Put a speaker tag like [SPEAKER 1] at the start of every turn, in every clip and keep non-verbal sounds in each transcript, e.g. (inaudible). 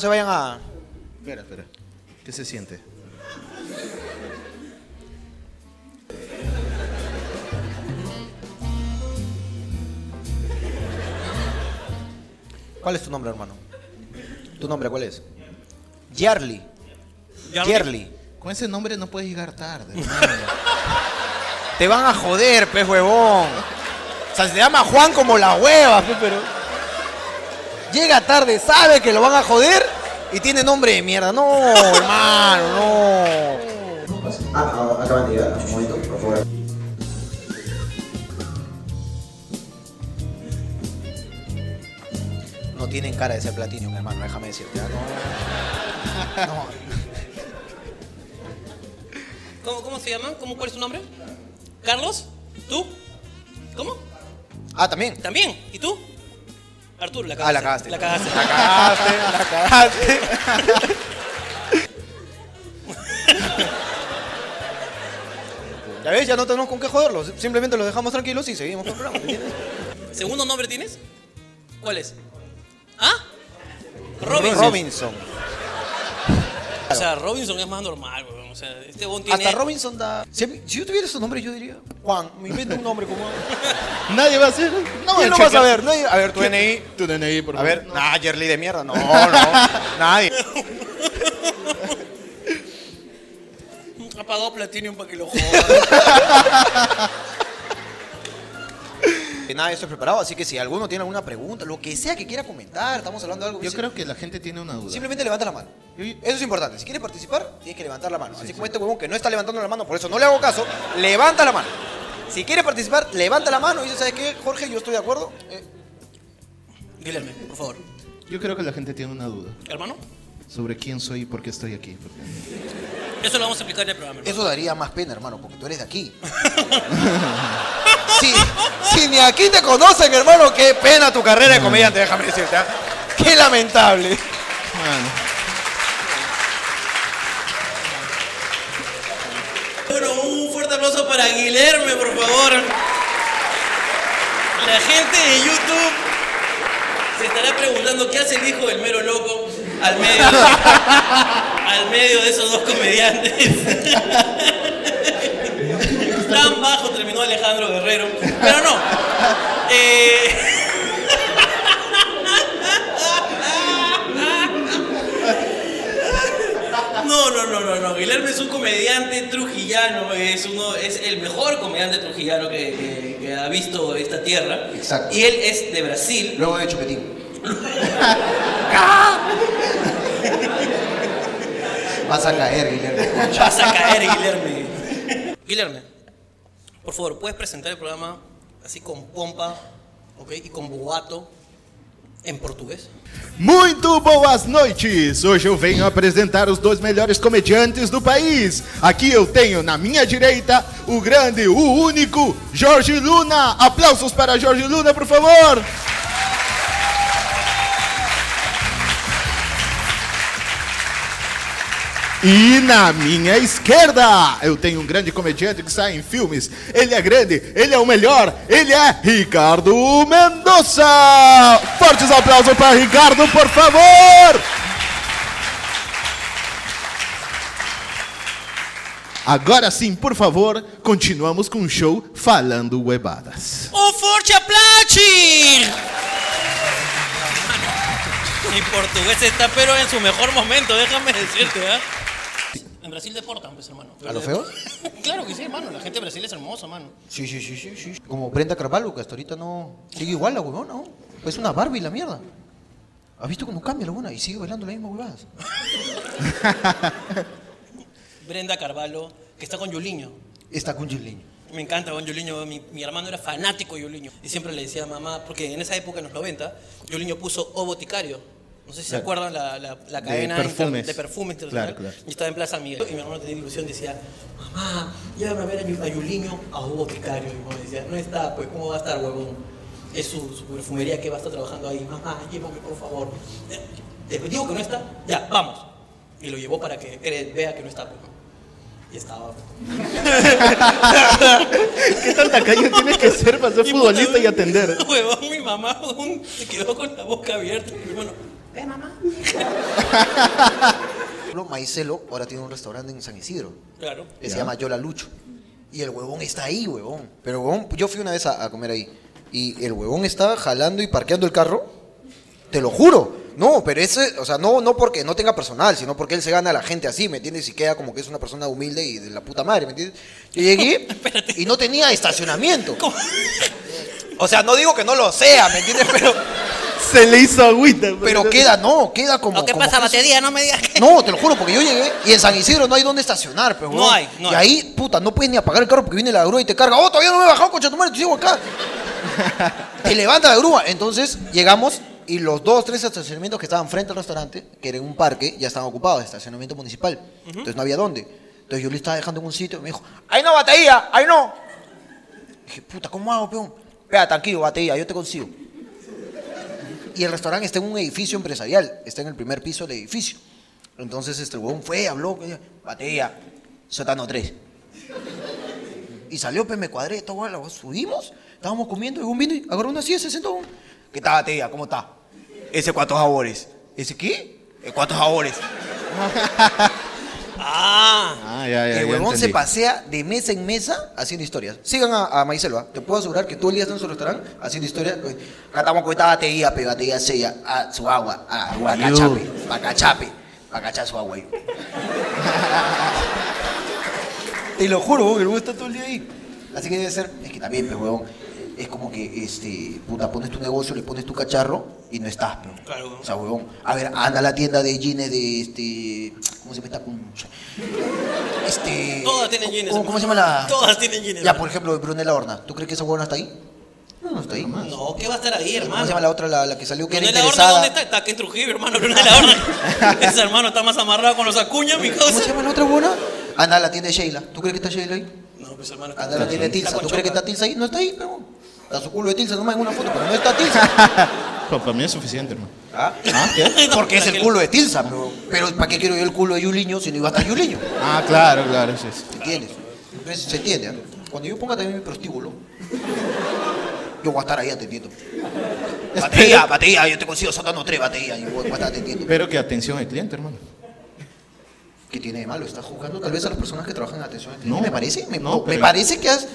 [SPEAKER 1] se vayan a.
[SPEAKER 2] Espera, espera. ¿Qué se siente?
[SPEAKER 1] ¿Cuál es tu nombre, hermano? ¿Tu nombre cuál es? Yerly. Yerly.
[SPEAKER 2] Con ese nombre no puedes llegar
[SPEAKER 1] (laughs)
[SPEAKER 2] tarde. hermano.
[SPEAKER 1] Te van a joder, pez huevón. O sea, se llama Juan como la hueva, pe, pero. Llega tarde, sabe que lo van a joder y tiene nombre de mierda. No, hermano, no.
[SPEAKER 3] Ah, ah, acaban de llegar. Un momento, por favor.
[SPEAKER 1] No tienen cara de ser platino, hermano, déjame decirte. ¿ah? No. No.
[SPEAKER 4] ¿Cómo, cómo se llama? ¿Cómo, ¿Cuál es tu nombre? ¿Carlos? ¿Tú? ¿Cómo?
[SPEAKER 1] Ah, también.
[SPEAKER 4] ¿También? ¿Y tú? Arturo, la cagaste.
[SPEAKER 1] Ah, la cagaste.
[SPEAKER 4] La cagaste.
[SPEAKER 1] La cagaste, la cagaste. Ya ves, ya no tenemos con qué joderlos. Simplemente los dejamos tranquilos y seguimos con el programa. ¿entiendes?
[SPEAKER 4] ¿Segundo nombre tienes? ¿Cuál es? ¿Ah? Robinson.
[SPEAKER 1] Robinson.
[SPEAKER 4] O sea, Robinson es más normal, weón. O sea, este bon tiene...
[SPEAKER 1] Hasta Robinson da. Si, a mí- si yo tuviera su nombre, yo diría Juan. Me invento un nombre como. (laughs)
[SPEAKER 2] Nadie va a hacer.
[SPEAKER 1] No, él no va a saber. nadie- A ver, tu NI.
[SPEAKER 2] Tu DNI, por
[SPEAKER 1] A
[SPEAKER 2] favor.
[SPEAKER 1] ver, nah, Jerly de mierda. No, (laughs) no. Nadie.
[SPEAKER 4] Ha pagado Platinum para que lo jodan. (laughs)
[SPEAKER 1] Que Nada, estoy preparado. Así que si alguno tiene alguna pregunta, lo que sea que quiera comentar, estamos hablando de algo.
[SPEAKER 2] Yo
[SPEAKER 1] si-
[SPEAKER 2] creo que la gente tiene una duda.
[SPEAKER 1] Simplemente levanta la mano.
[SPEAKER 2] Yo-
[SPEAKER 1] Eso es importante. Si quieres participar, tienes que levantar la mano. Así como este huevón que no está levantando la mano, por eso no le hago caso, levanta la mano. Si quieres participar, levanta la mano y dice, ¿sabes qué, Jorge? Yo estoy de acuerdo. Eh,
[SPEAKER 4] Guillermo, por favor.
[SPEAKER 2] Yo creo que la gente tiene una duda
[SPEAKER 4] Hermano,
[SPEAKER 2] sobre quién soy y por qué estoy aquí. Porque-
[SPEAKER 4] eso lo vamos a explicar en el programa. hermano.
[SPEAKER 1] eso daría más pena, hermano, porque tú eres de (laughs) aquí. si, si ni aquí te conocen, hermano, qué pena tu carrera de comediante, déjame decirte. ¿ah? Qué lamentable.
[SPEAKER 2] Mano,
[SPEAKER 4] Bueno, un fuerte aplauso para Guillermo, por favor. La gente de YouTube se estará preguntando qué hace el hijo del mero loco al medio, al medio de esos dos comediantes. Tan bajo terminó Alejandro Guerrero, pero no. Eh, No, no, no, no, no. Guillermo es un comediante trujillano, es uno, es el mejor comediante trujillano que, que- que ha visto esta tierra.
[SPEAKER 1] Exacto.
[SPEAKER 4] Y él es de Brasil. ¡Ah!
[SPEAKER 1] Luego de
[SPEAKER 4] (laughs)
[SPEAKER 1] Chupetín. Vas a caer, Guillermo.
[SPEAKER 4] Vas a caer, Guillermo. Guillermo, por favor, puedes presentar el programa así con pompa, ¿ok? Y con boato en português.
[SPEAKER 5] Muito boas noites! Hoje eu venho apresentar os dois melhores comediantes do país. Aqui eu tenho na minha direita o grande, o único Jorge Luna. Aplausos para Jorge Luna, por favor! E na minha esquerda, eu tenho um grande comediante que sai em filmes. Ele é grande, ele é o melhor, ele é Ricardo Mendonça! Fortes aplausos para Ricardo, por favor! Agora sim, por favor, continuamos com o show Falando Webadas.
[SPEAKER 4] ¡Un forte aplauso! Mi portugués está pero en su mejor momento, déjame decirte, ¿ah? En Brasil deportan, pues, hermano.
[SPEAKER 1] ¿A lo feo?
[SPEAKER 4] (laughs) Claro que sí, hermano. La gente de Brasil es hermosa, hermano.
[SPEAKER 1] Sí, sí, sí, sí, sí. Como Brenda Carvalho, que hasta ahorita no. Sigue igual la huevona, ¿no? Es una Barbie la mierda. ¿Has visto que no cambia la huevona? Y sigue bailando la misma huevada.
[SPEAKER 4] Brenda Carvalho, que está con Yuliño.
[SPEAKER 1] Está con Juliño.
[SPEAKER 4] Me encanta Don Yoliño, mi, mi hermano era fanático de Yoliño. Y siempre le decía a mamá, porque en esa época, en los 90, Yoliño puso O Boticario. No sé si se acuerdan la, la, la cadena inter-
[SPEAKER 5] perfumes.
[SPEAKER 4] de perfumes internacional.
[SPEAKER 5] Claro, claro.
[SPEAKER 4] Y estaba en Plaza Miguel. Y mi hermano tenía ilusión, decía, mamá, llévame a ver a, Yu- a Yoliño a O Boticario. Y mi mamá decía, no está, pues, ¿cómo va a estar, huevón? Es su, su perfumería que va a estar trabajando ahí. Mamá, llévame, por favor. "Eh, Te digo que no está, ya, vamos. Y lo llevó para que cre- vea que no está, pues. Y estaba. pues.
[SPEAKER 2] ¿Qué tanta calle tienes que
[SPEAKER 1] (laughs)
[SPEAKER 2] ser para ser
[SPEAKER 4] Mi puta, (laughs)
[SPEAKER 2] futbolista y
[SPEAKER 4] güey.
[SPEAKER 2] atender?
[SPEAKER 4] Huevón, mi mamá huevón, se quedó con la boca abierta. Y mi hermano, ¿Ves, mamá?
[SPEAKER 1] Pablo Maicelo ahora tiene un restaurante en San Isidro
[SPEAKER 4] Claro.
[SPEAKER 1] que se llama Yola Lucho. Y el huevón está ahí, huevón. Pero huevón, yo fui una vez a, a comer ahí. Y el huevón estaba jalando y parqueando el carro. Te lo juro. No, pero ese, o sea, no, no porque no tenga personal, sino porque él se gana a la gente así, ¿me entiendes? Y queda como que es una persona humilde y de la puta madre, ¿me entiendes? Yo llegué y no tenía estacionamiento. O sea, no digo que no lo sea, ¿me entiendes? Pero,
[SPEAKER 5] Se le hizo agüita.
[SPEAKER 1] pero queda, no, queda como.
[SPEAKER 4] ¿O qué
[SPEAKER 1] como
[SPEAKER 4] pasa,
[SPEAKER 1] que es-
[SPEAKER 4] batería? No me digas que.
[SPEAKER 1] no, te lo juro, porque yo llegué y en San Isidro no hay dónde estacionar, pero.
[SPEAKER 4] No hay, no
[SPEAKER 1] Y
[SPEAKER 4] hay.
[SPEAKER 1] ahí, puta, no puedes ni apagar el carro porque viene la grúa y te carga. Oh, todavía no me he bajado, coche, tu madre, te sigo
[SPEAKER 4] (laughs)
[SPEAKER 1] acá. te levanta la grúa. Entonces llegamos y los dos, tres estacionamientos que estaban frente al restaurante, que era en un parque, ya estaban ocupados, estacionamiento municipal. Entonces no había dónde. Entonces yo le estaba dejando en un sitio y me dijo, ahí no, batería, ahí no. Dije, puta, ¿cómo hago, peón? Espera, tranquilo, batería, yo te consigo. Y el restaurante está en un edificio empresarial, está en el primer piso del edificio. Entonces este huevón fue, habló, que- batería, sótano 3. Y salió, pues me cuadré, esta hueá, la hueá, subimos, estábamos comiendo, y un vino y agarró una silla, se sentó. huevón. ¿Qué tal, batería? ¿Cómo está? Ese cuatro sabores. ¿Ese qué? Eh, Cuatro sabores.
[SPEAKER 4] Ah.
[SPEAKER 5] Ah, ya, ya.
[SPEAKER 1] el
[SPEAKER 5] ya
[SPEAKER 1] huevón se
[SPEAKER 5] entendí.
[SPEAKER 1] pasea de mesa en mesa haciendo historias. Sigan a, a Maicelo, ¿ah? te puedo asegurar que tú el día estás en su restaurante haciendo historias. pues, Acá estamos con esta batería, pe, batería sella, a su agua, a guacachape, bacachape, bacachá su agua. ahí. te lo juro, huevón, el huevón está todo el día ahí. Así que debe ser, es que también, pe, huevón, es como que, este, puta, pones tu negocio, le pones tu cacharro y no estás, pe.
[SPEAKER 4] Claro, huevón.
[SPEAKER 1] O sea, huevón, a ver, anda a la tienda de jeans de, este, ¿cómo se llama esta concha? Este.
[SPEAKER 4] (laughs) Todas tienen jeans.
[SPEAKER 1] ¿Cómo, cómo se llama la.?
[SPEAKER 4] Todas tienen jeans.
[SPEAKER 1] Ya, por ejemplo, Brunella Horna. ¿Tú crees que esa huevona está ahí? No, no está ahí. pues. ¿Cómo
[SPEAKER 4] No, ¿qué va a estar ahí, hermano?
[SPEAKER 1] se llama la otra, la, la que salió que
[SPEAKER 4] Pero
[SPEAKER 1] era
[SPEAKER 4] no es la horna,
[SPEAKER 1] interesada?
[SPEAKER 4] ¿dónde está? Está aquí en Trujillo, hermano. Pero no es la horna.
[SPEAKER 1] (laughs)
[SPEAKER 4] Ese hermano está más amarrado con los acuñas, mi
[SPEAKER 1] ¿Cómo se
[SPEAKER 4] causa.
[SPEAKER 1] llama la otra huevona? Anda a la tienda de Sheila. ¿Tú crees que está Sheila ahí?
[SPEAKER 4] No, pues hermano.
[SPEAKER 1] Anda a la tienda de Tilsa.
[SPEAKER 4] con
[SPEAKER 1] ¿Tú crees que
[SPEAKER 4] (laughs) chonca.
[SPEAKER 1] está Tilsa ahí? No está ahí, pero. Está su culo de Tilsa nomás en una foto, pero no está Tilsa. (laughs)
[SPEAKER 2] Pa- Para mí es suficiente, hermano.
[SPEAKER 4] (laughs)
[SPEAKER 1] ¿Ah?
[SPEAKER 2] ¿Ah? ¿Qué?
[SPEAKER 1] Porque es el culo de Tilsa, pero, pero ¿para qué quiero yo el culo de Yuliño si no iba a estar Yuliño?
[SPEAKER 2] Ah, claro, claro, sí, sí.
[SPEAKER 1] ¿Entiendes? Entonces, se entiende. ¿ah? Cuando yo ponga también mi prostíbulo, (laughs) yo voy a estar ahí atendiendo. Batería, batería, yo te consigo soltando tres baterías, yo voy a estar atendiendo.
[SPEAKER 2] Pero que atención al cliente, hermano.
[SPEAKER 1] ¿Qué tiene de malo? ¿Estás juzgando tal vez a las personas que trabajan en atención al cliente?
[SPEAKER 2] No.
[SPEAKER 1] ¿Me parece? ¿Me,
[SPEAKER 2] No,
[SPEAKER 1] me
[SPEAKER 2] pero-
[SPEAKER 1] parece que has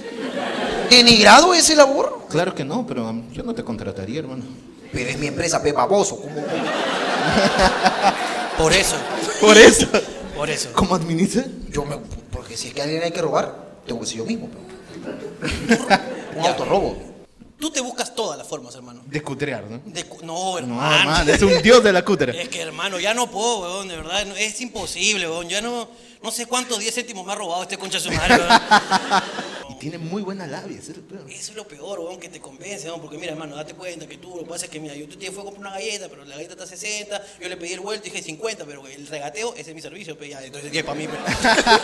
[SPEAKER 1] denigrado ese labor?
[SPEAKER 2] Claro que no, pero um, yo no te contrataría, hermano.
[SPEAKER 1] Pero es mi empresa, pe baboso. ¿cómo- cómo?
[SPEAKER 4] Por eso,
[SPEAKER 5] Por eso.
[SPEAKER 4] por eso.
[SPEAKER 5] ¿Cómo administra?
[SPEAKER 1] Yo me, porque si es que a alguien hay que robar, tengo que ser yo mismo. pe. Un autorrobo.
[SPEAKER 4] Tú te buscas todas las formas, hermano.
[SPEAKER 5] De cutrear, ¿no?
[SPEAKER 4] De cu-
[SPEAKER 1] Ah.
[SPEAKER 4] no,
[SPEAKER 5] No,
[SPEAKER 4] hermano.
[SPEAKER 5] hermano, es un dios de la cutera.
[SPEAKER 4] Es que, hermano, ya no puedo, weón, de verdad. no- Es imposible, weón. Ya no, no sé cuántos 10 céntimos me ha robado este concha de su madre, weón.
[SPEAKER 1] (laughs)
[SPEAKER 5] Y tiene muy buena labia, ese es el peor.
[SPEAKER 4] Eso es lo peor, weón, que te convence, weón. Porque, mira, hermano, date cuenta que tú, lo que pasa es que, mira, yo te fue a comprar una galleta, pero la galleta está 60. Yo le pedí el vuelto y dije 50, pero el regateo, ese es mi servicio, pues ya, entonces, ¿qué para
[SPEAKER 1] (laughs)
[SPEAKER 4] mí, pero?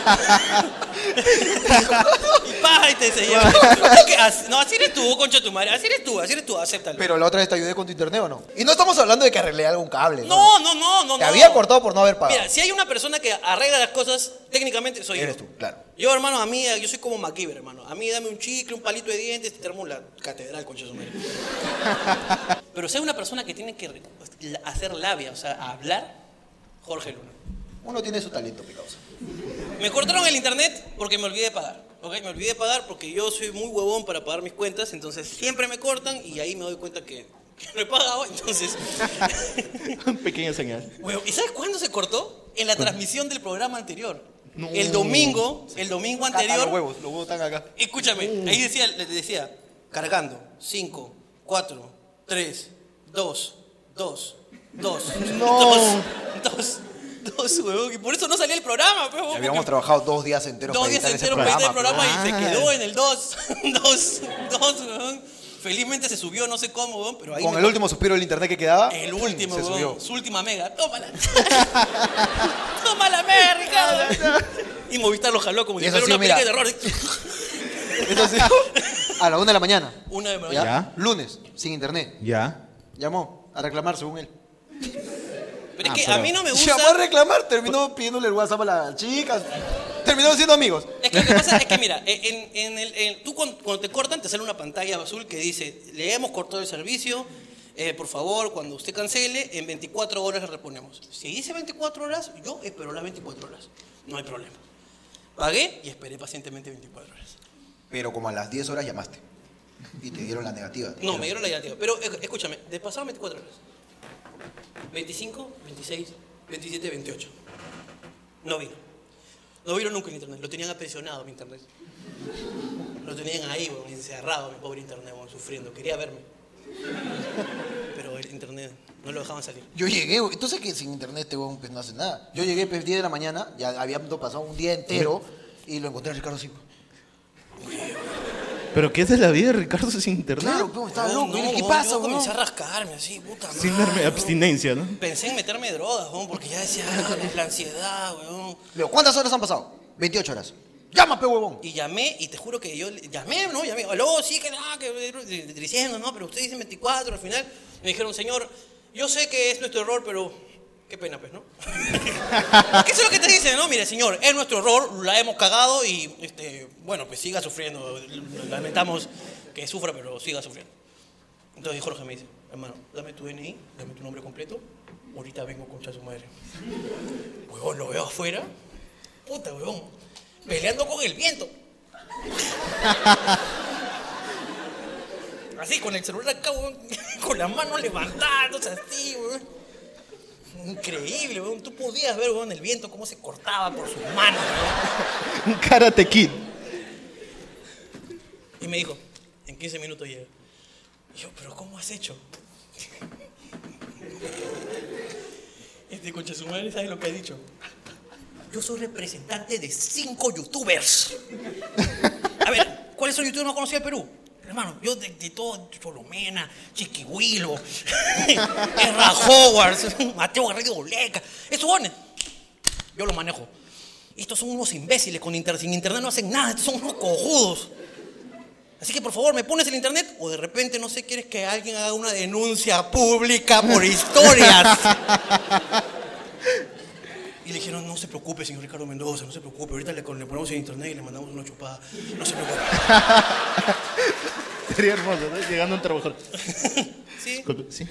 [SPEAKER 4] y paja, y te se
[SPEAKER 1] (laughs)
[SPEAKER 4] lleva. Es que así- no, así eres tú, concha de tu madre. Así eres tú, así eres tú, acéptalo.
[SPEAKER 1] Pero la otra vez te ayudé con tu internet o no. Y no estamos hablando de que arreglé algún cable.
[SPEAKER 4] no, no, no, no.
[SPEAKER 1] Te
[SPEAKER 4] no.
[SPEAKER 1] había cortado por no haber pagado.
[SPEAKER 4] Mira, si hay una persona que arregla las cosas, técnicamente soy
[SPEAKER 1] Eres
[SPEAKER 4] yo.
[SPEAKER 1] tú, claro.
[SPEAKER 4] Yo, hermano, a mí, yo soy como MacGyver, hermano. A mí dame un chicle, un palito de dientes, te armo la catedral, concha de su madre. Pero si hay una persona que tiene que re- pues, hacer labia, o sea, hablar, Jorge Luna.
[SPEAKER 1] Uno tiene su talento, mi causa.
[SPEAKER 4] Me cortaron el internet porque me olvidé de pagar. ¿ok? Me olvidé de pagar porque yo soy muy huevón para pagar mis cuentas, entonces siempre me cortan y ahí me doy cuenta que no he pagado, entonces...
[SPEAKER 2] (laughs) Pequeña señal.
[SPEAKER 4] Huevo, ¿Y sabes cuándo se cortó? En la transmisión del programa anterior.
[SPEAKER 2] No.
[SPEAKER 4] El domingo, el domingo anterior.
[SPEAKER 1] huevos, Ah, los huevos están acá.
[SPEAKER 4] Escúchame, ahí decía, le decía, cargando, 5, 4, 3, 2, 2, 2, 2, 2, 2, huevón. Y por eso no salía el programa, pues, huevón,
[SPEAKER 1] Habíamos
[SPEAKER 4] porque
[SPEAKER 1] trabajado dos días enteros
[SPEAKER 4] Dos
[SPEAKER 1] para
[SPEAKER 4] días
[SPEAKER 1] editar ese pues.
[SPEAKER 4] enteros para editar el programa y se
[SPEAKER 5] Ah.
[SPEAKER 4] quedó en el (laughs) 2, 2, 2, huevón. Felizmente se subió, no sé cómo, huevón, pero ahí...
[SPEAKER 1] Con
[SPEAKER 4] me-
[SPEAKER 1] el último suspiro del internet que quedaba,
[SPEAKER 4] el
[SPEAKER 1] ¡pum!
[SPEAKER 4] último,
[SPEAKER 1] se
[SPEAKER 4] huevón,
[SPEAKER 1] subió.
[SPEAKER 4] su última mega. Tómala. (laughs) Tómala, mega, Ricardo. y Movistar lo jaló como
[SPEAKER 1] Y
[SPEAKER 4] si
[SPEAKER 1] eso
[SPEAKER 4] fuera
[SPEAKER 1] sí,
[SPEAKER 4] una
[SPEAKER 1] mira.
[SPEAKER 4] película de terror. (laughs)
[SPEAKER 1] Entonces, a la una de la mañana,
[SPEAKER 4] una de
[SPEAKER 1] ¿ya?
[SPEAKER 4] ya.
[SPEAKER 1] lunes, sin internet,
[SPEAKER 5] Ya.
[SPEAKER 1] llamó a reclamar según él.
[SPEAKER 4] Pero es
[SPEAKER 5] Ah,
[SPEAKER 4] que a
[SPEAKER 5] pero-
[SPEAKER 4] mí no me
[SPEAKER 1] Llamó a
[SPEAKER 4] gusta.
[SPEAKER 1] reclamar, terminó pidiéndole el WhatsApp a las chicas, terminó siendo amigos.
[SPEAKER 4] Es que lo que pasa es que, mira, eh, en, en el, en- tú cuando, cuando te cortan te sale una pantalla azul que dice, le hemos cortado el servicio, eh, por favor, cuando usted cancele, en 24 horas le reponemos. Si dice 24 horas, yo espero las 24 horas. No hay problema. Pagué y esperé pacientemente 24 horas.
[SPEAKER 1] Pero como a las 10 horas llamaste. Y te dieron la negativa.
[SPEAKER 4] No, me dieron la idea, tío. Pero esc- escúchame, de pasaron 24 horas. 25, 26, 27, 28. No vino. No vino nunca en internet. Lo tenían aprisionado mi internet. Lo tenían ahí, weón, encerrado, mi pobre internet, weón, sufriendo. Quería verme. Pero el internet no lo dejaban salir.
[SPEAKER 1] Yo llegué, güey. entonces que sin internet este huevón pues, no hace nada. Yo llegué pues 10 de la mañana, ya habíamos pasado un día entero y lo encontré a Ricardo Silva.
[SPEAKER 5] Pero ¿qué es de la vida de Ricardo sin internet?
[SPEAKER 1] Claro, pues, estaba
[SPEAKER 4] Weón,
[SPEAKER 1] loco. Mira, ¿Qué
[SPEAKER 4] weón,
[SPEAKER 1] pasa,
[SPEAKER 4] yo
[SPEAKER 1] güey?
[SPEAKER 4] comencé a rascarme así, puta madre.
[SPEAKER 5] Sin darme
[SPEAKER 4] weón.
[SPEAKER 5] abstinencia, ¿no?
[SPEAKER 4] Pensé en meterme drogas, weón, porque ya decía, ah, la- la ansiedad, weón.
[SPEAKER 1] Leo, ¿cuántas horas han pasado? 28 horas. ¡Llama, pe huevón!
[SPEAKER 4] Y llamé, y te juro que yo le- llamé, ¿no? Llamé, aló, sí, que nada, que de- de- diciendo, no, pero ustedes dicen 24, al final me dijeron, señor, yo sé que es nuestro error, pero qué pena, pues, ¿no? (laughs) ¿Qué es lo que te dicen? No, mire, señor, es nuestro error, la hemos cagado y, este, bueno, pues siga sufriendo, lamentamos que sufra, pero siga sufriendo. Entonces Jorge me dice, hermano, dame tu DNI, dame tu nombre completo, ahorita vengo concha de su madre. Huevón, lo veo afuera, puta, huevón, peleando con el viento. Así, con el celular acá, weón, (laughs) con las manos levantadas, así, weón. Increíble, weón. Tú podías ver, weón, el viento cómo se cortaba por sus manos, weón.
[SPEAKER 5] Un karate kid.
[SPEAKER 4] Y me dijo, en 15 minutos llega. Y yo, pero ¿cómo has hecho? Este concha su madre sabe lo que ha dicho. Yo soy representante de cinco youtubers. A ver, ¿cuáles son youtubers más conocidos de Perú? Hermano, yo de, de todo, Cholomena, Chiquihuilo, (laughs) Erra Howard, Mateo Garrido Oleca, esos jóvenes, yo los manejo. Estos son unos imbéciles, con inter- sin internet no hacen nada, estos son unos cojudos. Así que por favor, me pones el internet o de repente no sé, quieres que alguien haga una denuncia pública por historias. y le dijeron, no se preocupe, señor Ricardo Mendoza, no se preocupe, ahorita le, le ponemos el internet y le mandamos una chupada. No se preocupe.
[SPEAKER 5] Sería hermoso, ¿no? Llegando un trabajador.
[SPEAKER 4] Sí,
[SPEAKER 5] Sí.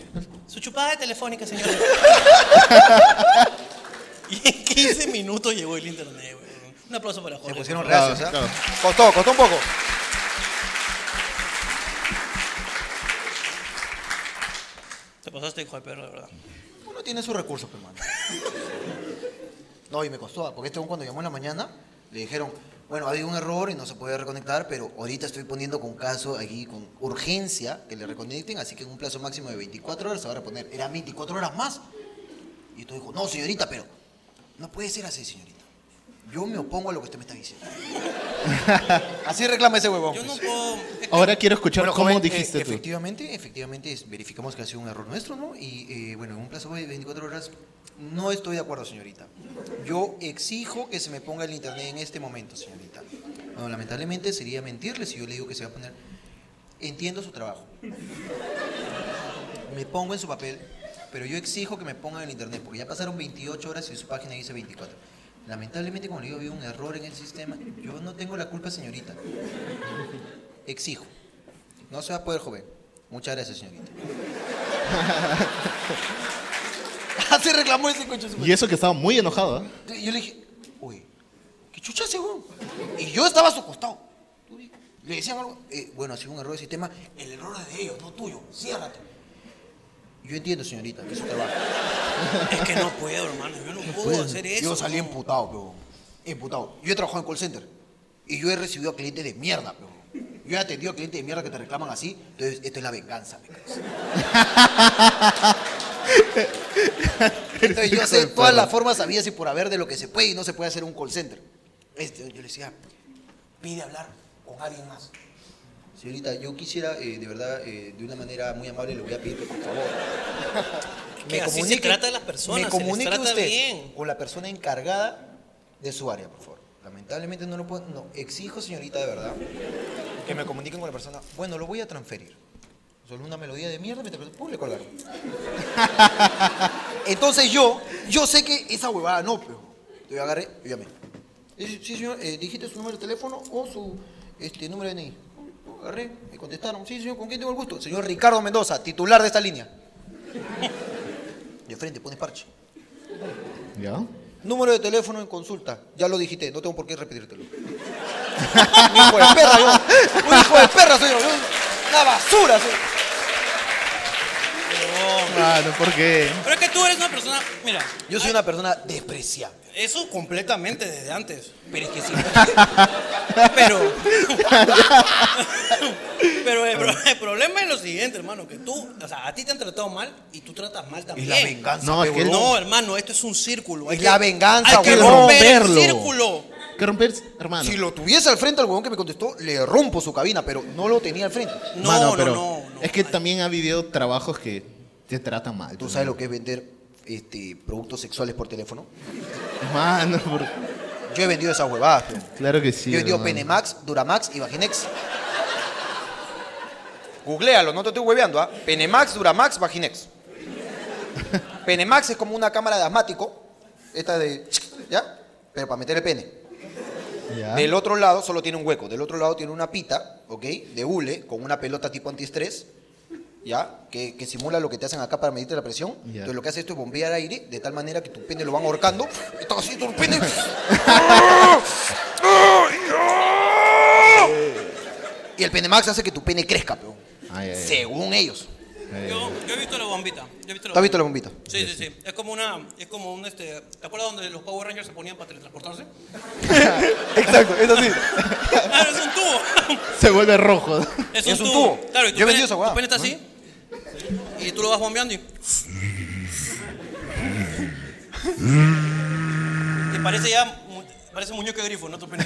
[SPEAKER 4] su chupada de telefónica, señor. y en 15 minutos llegó el internet, güey. Un aplauso para
[SPEAKER 1] Se
[SPEAKER 4] Jorge.
[SPEAKER 1] pusieron
[SPEAKER 6] Claro,
[SPEAKER 1] reacios, ¿ah?
[SPEAKER 6] claro.
[SPEAKER 1] Costó, costó un poco.
[SPEAKER 4] Te pasaste, hijo de perro, de verdad.
[SPEAKER 1] Uno tiene sus recursos, hermano. No, y me costó, ah, porque este huevón cuando llamó en la mañana, le dijeron, bueno, ha habido un error y no se puede reconectar, pero ahorita estoy poniendo con caso aquí, con urgencia, que le reconecten, así que en un plazo máximo de 24 horas se va a reponer. Eran 24 horas más. Y tú dijo, no, señorita, pero no puede ser así, señorita. Yo me opongo a lo que usted me está
[SPEAKER 4] (laughs)
[SPEAKER 1] diciendo.
[SPEAKER 7] Así reclama ese huevón.
[SPEAKER 4] Yo no
[SPEAKER 7] pues.
[SPEAKER 4] puedo...
[SPEAKER 5] Ahora quiero escuchar
[SPEAKER 1] Bueno,
[SPEAKER 5] cómo
[SPEAKER 1] joven, eh,
[SPEAKER 5] dijiste tú.
[SPEAKER 1] Efectivamente, efectivamente es- verificamos que ha sido un error nuestro, ¿no? Y eh, bueno, en un plazo de 24 horas no estoy de acuerdo, señorita. Yo exijo que se me ponga el internet en este momento, señorita. Bueno, lamentablemente sería mentirle si yo le digo que se va a poner. Entiendo su trabajo. Me pongo en su papel, pero yo exijo que me pongan el internet, porque ya pasaron 28 horas y su página dice 24. Lamentablemente, como le digo, había un error en el sistema. Yo no tengo la culpa, señorita. Exijo. No se va a poder, joven. Muchas gracias, señorita.
[SPEAKER 7] Así reclamó ese coche.
[SPEAKER 5] Y eso que estaba muy enojado, ¿eh?
[SPEAKER 1] Y Yo le dije, uy, ¿qué chucha ese huevón?". Y yo estaba a su costado. Le decían algo, "Eh, bueno, ha sido un error de sistema. El error es de ellos, no tuyo. Ciérrate. Yo entiendo, señorita, que es su trabajo.
[SPEAKER 4] Es que no puedo, hermano. Yo no puedo hacer eso.
[SPEAKER 1] Yo salí
[SPEAKER 4] no.
[SPEAKER 1] emputado, pero. Emputado. Yo he trabajado en call center. Y yo he recibido a clientes de mierda, pero. Yo he atendido a clientes de mierda que te reclaman así. Entonces, esto es la venganza, pe, causa. Entonces, yo sé todas las formas habidas y por haber de lo que se puede y no se puede hacer en un call center. Este, yo le decía, pide hablar con alguien más. Señorita, yo quisiera, eh, de verdad, eh, de una manera muy amable, le voy a pedir que, por
[SPEAKER 4] (laughs)
[SPEAKER 1] favor.
[SPEAKER 4] Que así se
[SPEAKER 1] comunique-
[SPEAKER 4] trata a las personas,
[SPEAKER 1] Me
[SPEAKER 4] se les
[SPEAKER 1] comunique
[SPEAKER 4] trata
[SPEAKER 1] usted
[SPEAKER 4] bien.
[SPEAKER 1] con la persona encargada de su área, por favor. Lamentablemente no lo puedo. No, exijo, señorita, de verdad, que me comuniquen con la persona. Bueno, lo voy a transferir. Solo una melodía de mierda mientras. ¡Pum! Le colgaron. (laughs) Entonces yo, yo sé que esa huevada no, pero yo agarré y llamé. Eh, Sí, señor, eh, dijiste su número de teléfono o su este, número de DNI. agarré, me contestaron, sí, señor, ¿con quién tengo el gusto? Señor Ricardo Mendoza, titular de esta línea. De frente, pones parche.
[SPEAKER 5] ¿Ya?
[SPEAKER 1] Número de teléfono en consulta. Ya lo dijiste, no tengo por qué repetírtelo. un hijo de perra, yo. Un hijo de perra soy yo. yo. Una basura soy.
[SPEAKER 2] Mano, ¿por qué?
[SPEAKER 4] Pero es que tú eres una persona. Mira,
[SPEAKER 1] Yo soy una persona despreciable.
[SPEAKER 4] eso completamente desde antes. Pero es que sí. pero. pero el, pro- el problema es lo siguiente, hermano: que tú, o sea, a ti te han tratado mal y tú tratas mal
[SPEAKER 1] Es
[SPEAKER 4] también.
[SPEAKER 1] la venganza,
[SPEAKER 2] No, es
[SPEAKER 1] pe,
[SPEAKER 2] que él-
[SPEAKER 1] huevón.
[SPEAKER 4] No, hermano, esto es un círculo. Hay
[SPEAKER 1] Es la venganza,
[SPEAKER 4] Hay que
[SPEAKER 1] huevón.
[SPEAKER 4] romper el
[SPEAKER 2] Romperlo.
[SPEAKER 4] círculo.
[SPEAKER 2] ¿Qué romper, hermano?
[SPEAKER 1] Si lo tuviese al frente al huevón que me contestó, le rompo su cabina, pero no lo tenía al frente.
[SPEAKER 4] No,
[SPEAKER 2] Mano,
[SPEAKER 4] no,
[SPEAKER 2] pero
[SPEAKER 4] no, no.
[SPEAKER 2] es que también ha habido trabajos que te tratan mal.
[SPEAKER 1] ¿Tú sabes lo que es vender este, productos sexuales por teléfono?
[SPEAKER 2] Mano, por-
[SPEAKER 1] Yo he vendido esas huevadas. pe.
[SPEAKER 2] claro que sí.
[SPEAKER 1] Yo he vendido
[SPEAKER 2] hermano.
[SPEAKER 1] Penemax, Duramax y Vaginex. Googlealo, no te estoy hueveando, ¿ah? Penemax, Duramax, Vaginex. Penemax es como una cámara de asmático, esta de... ¿Ya? Pero para meter el pene.
[SPEAKER 5] ¿Ah?
[SPEAKER 2] Ya.
[SPEAKER 1] Del otro lado solo tiene un hueco. Del otro lado tiene una pita, ¿ok? De hule, con una pelota tipo antiestrés, ¿ya? Que, que simula lo que te hacen acá para medirte la presión.
[SPEAKER 2] Ya.
[SPEAKER 1] Entonces lo que hace esto es bombear aire de tal manera que tu pene lo van ahorcando. Está así tu pene. y el pene max hace que tu pene crezca, pero
[SPEAKER 2] Ay, ay, ay.
[SPEAKER 1] según ellos.
[SPEAKER 4] Yo, yo he visto la bombita. Yo he visto la
[SPEAKER 1] ¿Tú has visto la bombita?
[SPEAKER 4] Sí, sí, sí. Es como una. Es como un este. ¿Te acuerdas donde los Power Rangers se ponían para teletransportarse?
[SPEAKER 1] Exacto, es así.
[SPEAKER 4] Claro, Ah, es un tubo.
[SPEAKER 2] Se vuelve rojo.
[SPEAKER 1] Es
[SPEAKER 4] Es un,
[SPEAKER 1] un
[SPEAKER 4] tubo.
[SPEAKER 1] tubo.
[SPEAKER 4] Claro, y tu
[SPEAKER 1] Yo he
[SPEAKER 4] pene,
[SPEAKER 1] vendido esa
[SPEAKER 4] tu
[SPEAKER 1] huevada.
[SPEAKER 4] pene está así. Y tú lo vas bombeando y. Te parece ya. mu- Parece muñeco de grifo, ¿no? Tu pene.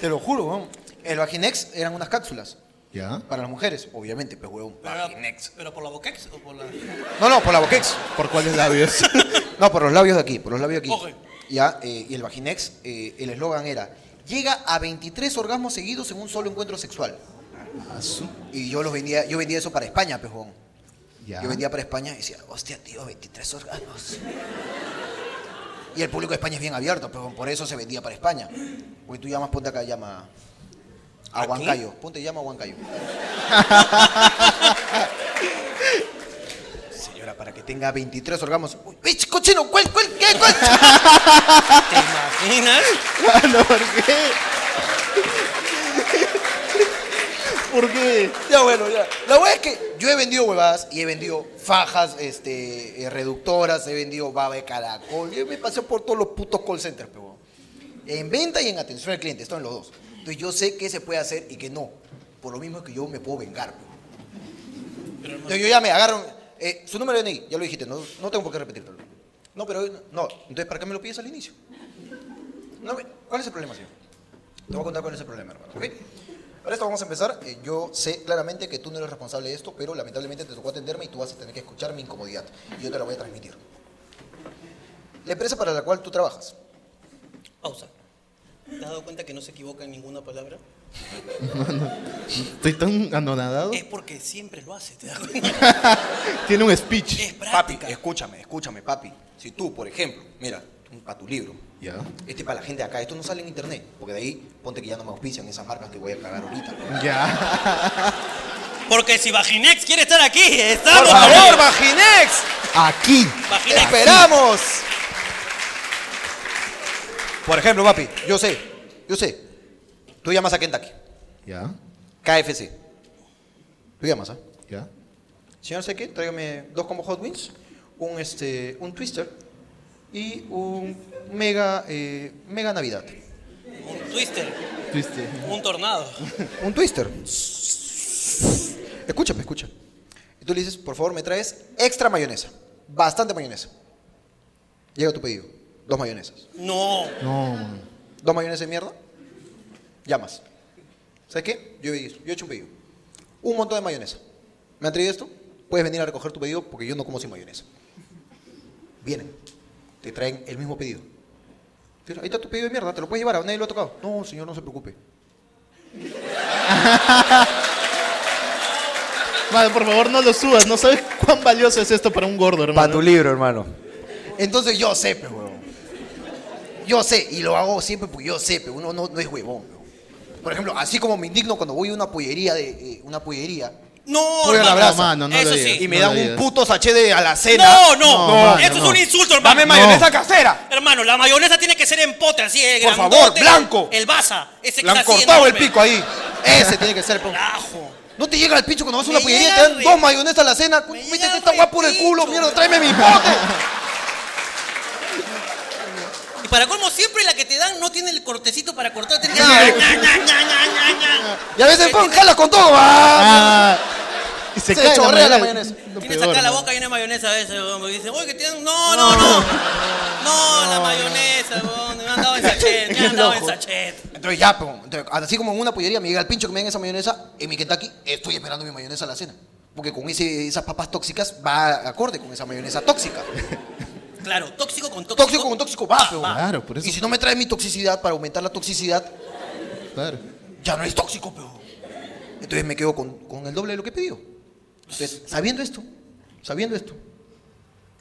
[SPEAKER 1] Te lo juro, weón. El Vaginex eran unas cápsulas
[SPEAKER 2] ¿Ya?
[SPEAKER 1] para las mujeres, obviamente, pues, huevón.
[SPEAKER 4] Pero, era- pero por la boquex o por la.
[SPEAKER 1] No, no, por la Boquex.
[SPEAKER 2] ¿Por cuáles labios?
[SPEAKER 1] (laughs) No, por los labios de aquí, por los labios de aquí.
[SPEAKER 4] Ojo.
[SPEAKER 1] Ya, eh, y el Vaginex, eh, el eslogan era, llega a 23 orgasmos seguidos en un solo encuentro sexual.
[SPEAKER 2] Ah,
[SPEAKER 1] Y yo los vendía, yo vendía eso para España, pejón.
[SPEAKER 2] ya.
[SPEAKER 1] Yo vendía para España y decía, hostia, tío, 23 orgasmos. Y el público de España es bien abierto, pejón, por eso se vendía para España. Porque tú llamas, ponte acá, llama a
[SPEAKER 4] ¿Aquí?
[SPEAKER 1] Huancayo. Ponte, llama a Huancayo. Señora, para que tenga 23 orgasmos. Uy, bitch, cochino, ¿cuál, cuál, qué, cuál?
[SPEAKER 4] ¿Te imaginas?
[SPEAKER 2] Mano, ¿por qué? ¿Por qué?
[SPEAKER 1] Ya bueno, ya. La verdad es que yo he vendido huevadas y he vendido fajas este, eh, reductoras, he vendido baba de caracol. Yo me pasé por todos los putos call centers, pe, huevón. En venta y en atención al cliente, están los dos. Entonces yo sé qué se puede hacer y qué no. Por lo mismo que yo me puedo vengar. pe. Entonces yo ya me agarro. eh, su número de DNI, ya lo dijiste, no, no tengo por qué repetirlo. No, pero hoy no- no. Entonces, ¿para qué me lo pides al inicio? No me- ¿Cuál es el problema, señor? Te voy a contar cuál es el problema, hermano. ¿ok? Ahora esto vamos a empezar. Eh, yo sé claramente que tú no eres responsable de esto, pero lamentablemente te tocó atenderme y tú vas a tener que escuchar mi incomodidad. Y yo te la voy a transmitir. La empresa para la cual tú trabajas.
[SPEAKER 4] Pausa. ¿Te has dado cuenta que no se equivoca en ninguna palabra?
[SPEAKER 2] Estoy tan anonadado.
[SPEAKER 4] Es porque siempre lo hace, ¿te das cuenta?
[SPEAKER 2] Tiene un speech.
[SPEAKER 4] Es práctica.
[SPEAKER 1] Papi, escúchame, escúchame, papi. Si tú, por ejemplo, mira, para tu libro.
[SPEAKER 2] Ya.
[SPEAKER 1] Este para la gente de acá, esto no sale en internet, porque de ahí ponte que ya no me auspician esas marcas que voy a cagar ahorita.
[SPEAKER 2] Ya.
[SPEAKER 4] Porque si Vaginex quiere estar aquí,
[SPEAKER 1] Por
[SPEAKER 4] estamos.
[SPEAKER 1] favor, Vaginex,
[SPEAKER 2] Aquí.
[SPEAKER 4] Vaginex.
[SPEAKER 1] esperamos. Por ejemplo, papi, yo sé, yo sé. Tú llamas a Kentucky,
[SPEAKER 2] Ya.
[SPEAKER 1] KFC. Tú llamas, ¿ah?
[SPEAKER 2] Ya.
[SPEAKER 1] Señor, sé qué? Tráigame dos como Hot Wings, un, este, un Twister y un Mega, eh, mega Navidad.
[SPEAKER 4] Un twister,
[SPEAKER 2] Triste.
[SPEAKER 4] un tornado.
[SPEAKER 1] Un twister. Escúchame, escucha. Y tú le dices, por favor, me traes extra mayonesa. Bastante mayonesa. Llega tu pedido. Dos mayonesas.
[SPEAKER 4] No.
[SPEAKER 2] No. mano.
[SPEAKER 1] Dos mayonesas de mierda. Llamas. ¿Sabes qué? Yo he, pedido- yo he hecho un pedido. Un montón de mayonesa. ¿Me han traído esto? Puedes venir a recoger tu pedido porque yo no como sin mayonesa. Vienen. Te traen el mismo pedido. Pero ahí está tu pedido de mierda. Te lo puedes llevar. ¿A nadie lo ha tocado? No, señor, no se preocupe.
[SPEAKER 2] Mano, por favor, no lo subas. No sabes cuán valioso es esto para un gordo,
[SPEAKER 1] Para
[SPEAKER 2] hermano.
[SPEAKER 1] tu libro, hermano. Entonces yo sé, pe, huevón. Yo sé, y lo hago siempre porque yo sé, pero uno no, no es huevón, pe, huevón. Por ejemplo, así como me indigno cuando voy a una pollería de eh, una pollería
[SPEAKER 4] No,
[SPEAKER 1] Voy a la
[SPEAKER 4] hermano.
[SPEAKER 1] brasa.
[SPEAKER 5] Mano, no
[SPEAKER 4] Eso
[SPEAKER 5] lo
[SPEAKER 4] sí.
[SPEAKER 5] digas,
[SPEAKER 1] y me
[SPEAKER 5] no
[SPEAKER 1] dan
[SPEAKER 5] lo
[SPEAKER 1] un
[SPEAKER 5] digas.
[SPEAKER 1] puto sachet de alacena.
[SPEAKER 4] No, no,
[SPEAKER 5] No, mano,
[SPEAKER 4] Eso es
[SPEAKER 5] no.
[SPEAKER 4] un insulto, hermano.
[SPEAKER 8] Dame mayonesa casera.
[SPEAKER 4] Hermano, la mayonesa tiene que ser en pote, así, eh,
[SPEAKER 8] Por
[SPEAKER 4] grandote,
[SPEAKER 8] favor, blanco.
[SPEAKER 4] El baza. Ese que
[SPEAKER 8] Le han
[SPEAKER 4] está así
[SPEAKER 8] cortado el
[SPEAKER 4] enorme.
[SPEAKER 8] pico ahí.
[SPEAKER 1] Ese tiene que ser. pe.
[SPEAKER 4] Carajo.
[SPEAKER 1] No te llega el pincho cuando vas a una
[SPEAKER 4] Me
[SPEAKER 1] pollería
[SPEAKER 4] llega
[SPEAKER 1] te dan
[SPEAKER 4] el
[SPEAKER 1] dos
[SPEAKER 4] re-
[SPEAKER 1] mayonesas a la cena.
[SPEAKER 4] me llega
[SPEAKER 1] Métete
[SPEAKER 4] el
[SPEAKER 1] esta guapa por el
[SPEAKER 4] repincho,
[SPEAKER 1] culo, mierda,
[SPEAKER 4] bro.
[SPEAKER 1] tráeme mi pote.
[SPEAKER 4] Y para colmo, siempre la que te dan no tiene el cortecito para cortarte.
[SPEAKER 1] Ya. Y a veces pon jala con todo. va.
[SPEAKER 5] Ah, y se,
[SPEAKER 1] Se
[SPEAKER 5] cae
[SPEAKER 1] chorrea la mayonesa.
[SPEAKER 5] Lo
[SPEAKER 4] Tienes
[SPEAKER 5] peor,
[SPEAKER 4] acá la
[SPEAKER 5] ¿no?
[SPEAKER 4] boca y una mayonesa a veces, weón. Me dicen, oye, que tienen. No, no, no. No, la mayonesa, weón. Me han dado
[SPEAKER 8] (laughs)
[SPEAKER 4] en sachet, me han dado en sachet.
[SPEAKER 1] Entonces ya, pe, entonces, así como en una pollería me llega el pincho que me den esa mayonesa, en mi Kentucky estoy esperando mi mayonesa a la cena. Porque con ese- esas papas tóxicas va acorde con esa mayonesa tóxica.
[SPEAKER 4] Claro, tóxico con tóxico.
[SPEAKER 1] Tóxico con tóxico va, pe,
[SPEAKER 5] Claro, Ah, por eso.
[SPEAKER 1] Y si no me traes mi toxicidad para aumentar la toxicidad,
[SPEAKER 5] Claro.
[SPEAKER 1] ya no es tóxico, pero. Entonces me quedo con, con el doble de lo que he pedido. Entonces, sabiendo esto, sabiendo esto,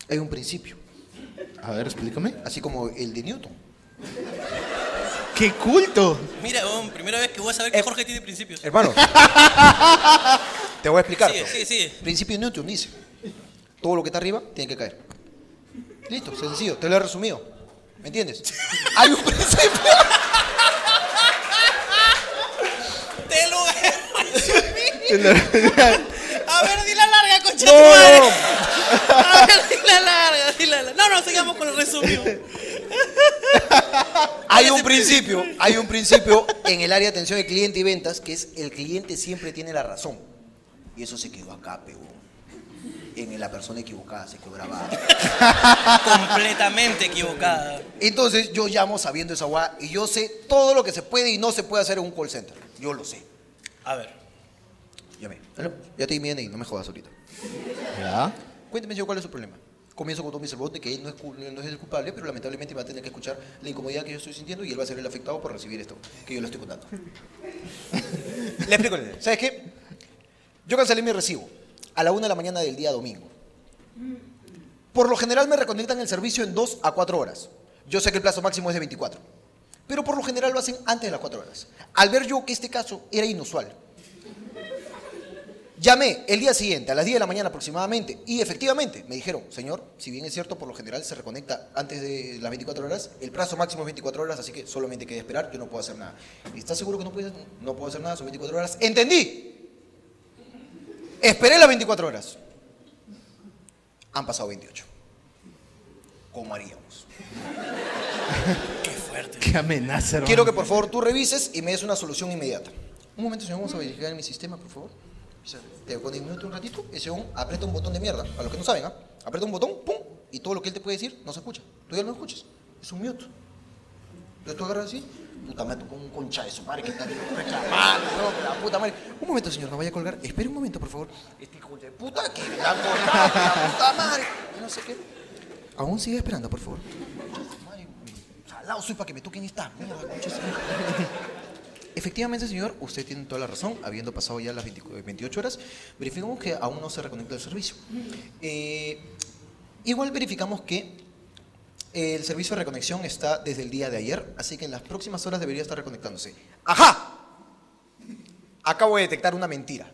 [SPEAKER 1] hay un principio,
[SPEAKER 5] A ver, explícame.
[SPEAKER 1] así como el de Newton.
[SPEAKER 2] ¡Qué culto!
[SPEAKER 4] Mira, weón, primera vez que voy a
[SPEAKER 8] Eh,
[SPEAKER 4] saber que Jorge tiene principios.
[SPEAKER 8] Hermano. Te voy a explicar.
[SPEAKER 4] Sí, sí, sí.
[SPEAKER 1] Principio de Newton dice: todo lo que está arriba tiene que caer. Listo, sencillo, te lo he resumido. ¿Me
[SPEAKER 8] (laughs)
[SPEAKER 1] entiendes? Hay un principio.
[SPEAKER 4] Te lo A ver, di la larga, concha de tu
[SPEAKER 8] No,
[SPEAKER 4] madre. A ver, di la larga, di la larga. No, no, sigamos con el resumido.
[SPEAKER 1] Hay un principio, hay un principio en el área de atención de cliente y ventas que es el cliente siempre tiene la razón. Y eso se quedó acá, pegó. En la persona equivocada, se quedó grabada.
[SPEAKER 4] Completamente equivocada.
[SPEAKER 1] Entonces yo llamo sabiendo esa guada y yo sé todo lo que se puede y no se puede hacer en un call center. Yo lo sé.
[SPEAKER 4] A ver.
[SPEAKER 1] Llamé. "Aló, Ya te di mi DNI, no me jodas ahorita.
[SPEAKER 5] Ya.
[SPEAKER 1] Cuénteme, señor, cuál es su problema. Comienzo con Tommy Cervote, que él no es, cul- no es el culpable, pero lamentablemente va a tener que escuchar la incomodidad que yo estoy sintiendo y él va a ser el afectado por recibir esto que yo le estoy contando.
[SPEAKER 8] Le explico. le-
[SPEAKER 1] ¿Sabes qué? Yo cancelé mi recibo a la 1 de la mañana del día domingo. Por lo general me reconectan el servicio en 2 a 4 horas. Yo sé que el plazo máximo es de 24. Pero por lo general lo hacen antes de las 4 horas. Al ver yo que este caso era inusual, llamé el día siguiente, a las 10 de la mañana aproximadamente, y efectivamente me dijeron, señor, si bien es cierto, por lo general se reconecta antes de las 24 horas, el plazo máximo es 24 horas, así que solamente queda esperar, yo no puedo hacer nada. ¿Estás seguro que no puedes? No puedo hacer nada, son 24 horas. Entendí. Esperé las 24 horas. Han pasado 28. ¿Cómo haríamos?
[SPEAKER 2] ¡Qué amenaza, hermano!
[SPEAKER 1] Quiero que por favor tú revises y me des una solución inmediata. Un momento, señor, vamos a verificar en mi sistema, por favor. Te pone un minuto un ratito y según aprieta un botón de mierda. Para los que no saben, ¿ah? aprieta un botón, pum, y todo lo que él te puede decir no se escucha. Tú ya no lo escuchas. Es un mute. Entonces tú agarras así, puta madre, con un concha de su madre que está (laughs) reclamando, ¿no? la puta madre. Un momento, señor, no vaya a colgar. Espere un momento, por favor. Este hijo de puta que me la han cortado, la puta madre. No sé qué. Aún sigue esperando, por favor. Madre, Salado soy para que me toquen esta mierda, concha de su madre. Efectivamente, señor, usted tiene toda la razón. Habiendo pasado ya las 20 28 horas, verificamos que aún no se reconecta el servicio. Eh, igual verificamos que el servicio de reconexión está desde el día de ayer, así que en las próximas horas debería estar reconectándose. ¡Ajá! Acabo de detectar una mentira.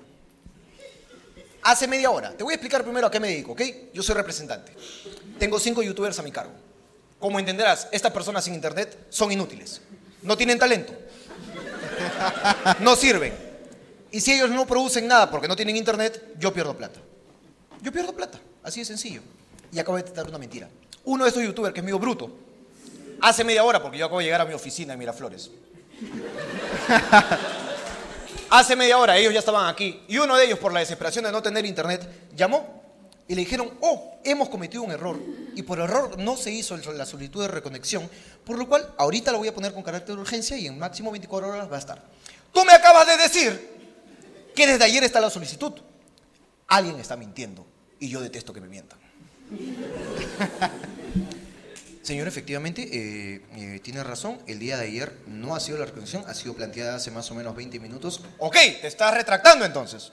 [SPEAKER 1] Hace media hora. Te voy a explicar primero a qué me dedico, ¿ok? Yo soy representante. Tengo cinco youtubers a mi cargo. Como entenderás, estas personas sin internet son inútiles. No tienen talento no sirven. Y si ellos no producen nada porque no tienen internet, yo pierdo plata. Yo pierdo plata, así de sencillo. Y acabo de detectar una mentira. Uno de estos youtubers, que es mío bruto, hace media hora, porque yo acabo de llegar a mi oficina en Miraflores. hace media hora ellos ya estaban aquí y uno de ellos, por la desesperación de no tener internet, llamó y le dijeron, oh, hemos cometido un error. Y por error no se hizo el- la solicitud de reconexión, por lo cual ahorita lo voy a poner con carácter de urgencia y en máximo 24 horas va a estar. Tú me acabas de decir que desde ayer está la solicitud. Alguien está mintiendo y yo detesto que me mientan. Señor, efectivamente, eh, eh, tiene razón. El día de ayer no ha sido la reconexión, ha sido planteada hace más o menos 20 minutos. Ok, te estás retractando entonces.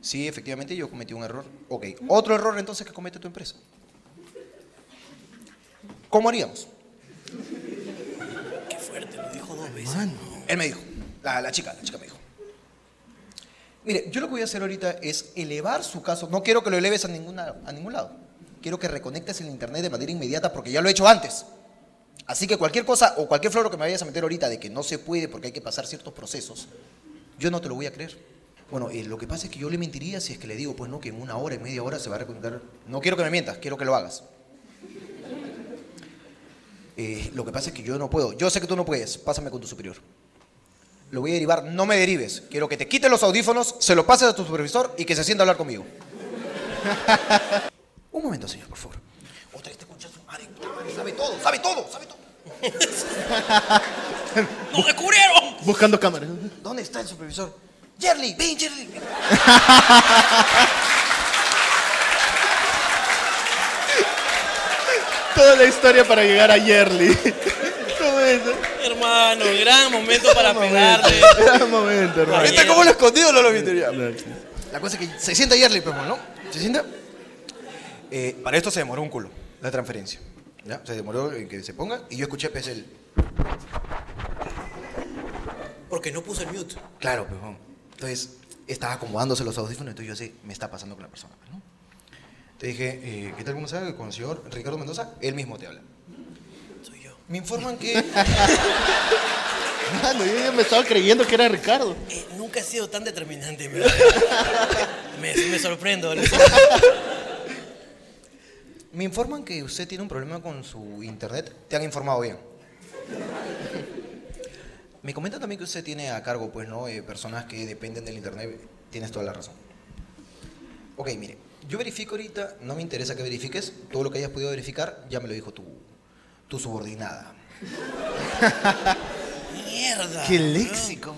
[SPEAKER 1] Sí, efectivamente, yo cometí un error. Ok, otro error entonces que comete tu empresa. ¿Cómo haríamos?
[SPEAKER 4] Qué fuerte, lo dijo dos veces.
[SPEAKER 1] Él me dijo, La, la chica, la chica me dijo. Mire, yo lo que voy a hacer ahorita es elevar su caso. No quiero que lo eleves a, ninguna, a ningún lado. Quiero que reconectes el internet de manera inmediata porque ya lo he hecho antes. Así que cualquier cosa o cualquier floro que me vayas a meter ahorita de que no se puede porque hay que pasar ciertos procesos, yo no te lo voy a creer. Bueno, eh, lo que pasa es que yo le mentiría si es que le digo, pues no, que en una hora, en media hora se va a reconectar. No quiero que me mientas, quiero que lo hagas. Eh, lo que pasa es que yo no puedo. Yo sé que tú no puedes. Pásame con tu superior. Lo voy a derivar. No me derives. Quiero que te quites los audífonos, se lo pases a tu supervisor y que se sienta a hablar conmigo. (laughs) Un momento, señor, por favor. Otra vez te escuchas su madre. puta madre, Sabe todo, sabe todo, sabe todo.
[SPEAKER 4] ¡Nos descubrieron!
[SPEAKER 2] Buscando cámaras.
[SPEAKER 1] ¿Dónde está el supervisor? Jerly, ven, Jerly. ven.
[SPEAKER 2] Toda la historia para llegar a Yerly. (laughs) Todo eso.
[SPEAKER 4] Hermano, gran momento para pegarle.
[SPEAKER 2] Era un momento, hermano.
[SPEAKER 8] ¿Viste cómo lo escondido no lo metería?
[SPEAKER 1] La cosa es que se sienta Jerly, pues, ¿no? Se sienta. Eh, para esto se demoró un culo, la transferencia. ¿Ya? Se demoró en que se ponga y yo escuché pues el...
[SPEAKER 9] Porque no puso el mute.
[SPEAKER 1] Claro, pues, bueno. Entonces, estaba acomodándose los audífonos, entonces yo sé, me está pasando con la persona, pues, ¿no? Te dije, eh, ¿qué tal cómo sabe? Con el señor Ricardo Mendoza, él mismo te habla.
[SPEAKER 9] Soy yo.
[SPEAKER 1] Me informan que...
[SPEAKER 2] Mano, yo ya me estaba creyendo que era Ricardo.
[SPEAKER 9] Eh, nunca he sido tan determinante, en verdad. me, me sorprendo. ¿no?
[SPEAKER 1] Me informan que usted tiene un problema con su internet. Te han informado bien. Me comentan también que usted tiene a cargo, pues, ¿no? Eh, personas que dependen del internet. Tienes toda la razón. Ok, mire. Yo verifico ahorita. No me interesa que verifiques. Todo lo que hayas podido verificar ya me lo dijo tu, tu subordinada.
[SPEAKER 9] Mierda.
[SPEAKER 1] Qué
[SPEAKER 9] weón.
[SPEAKER 1] léxico,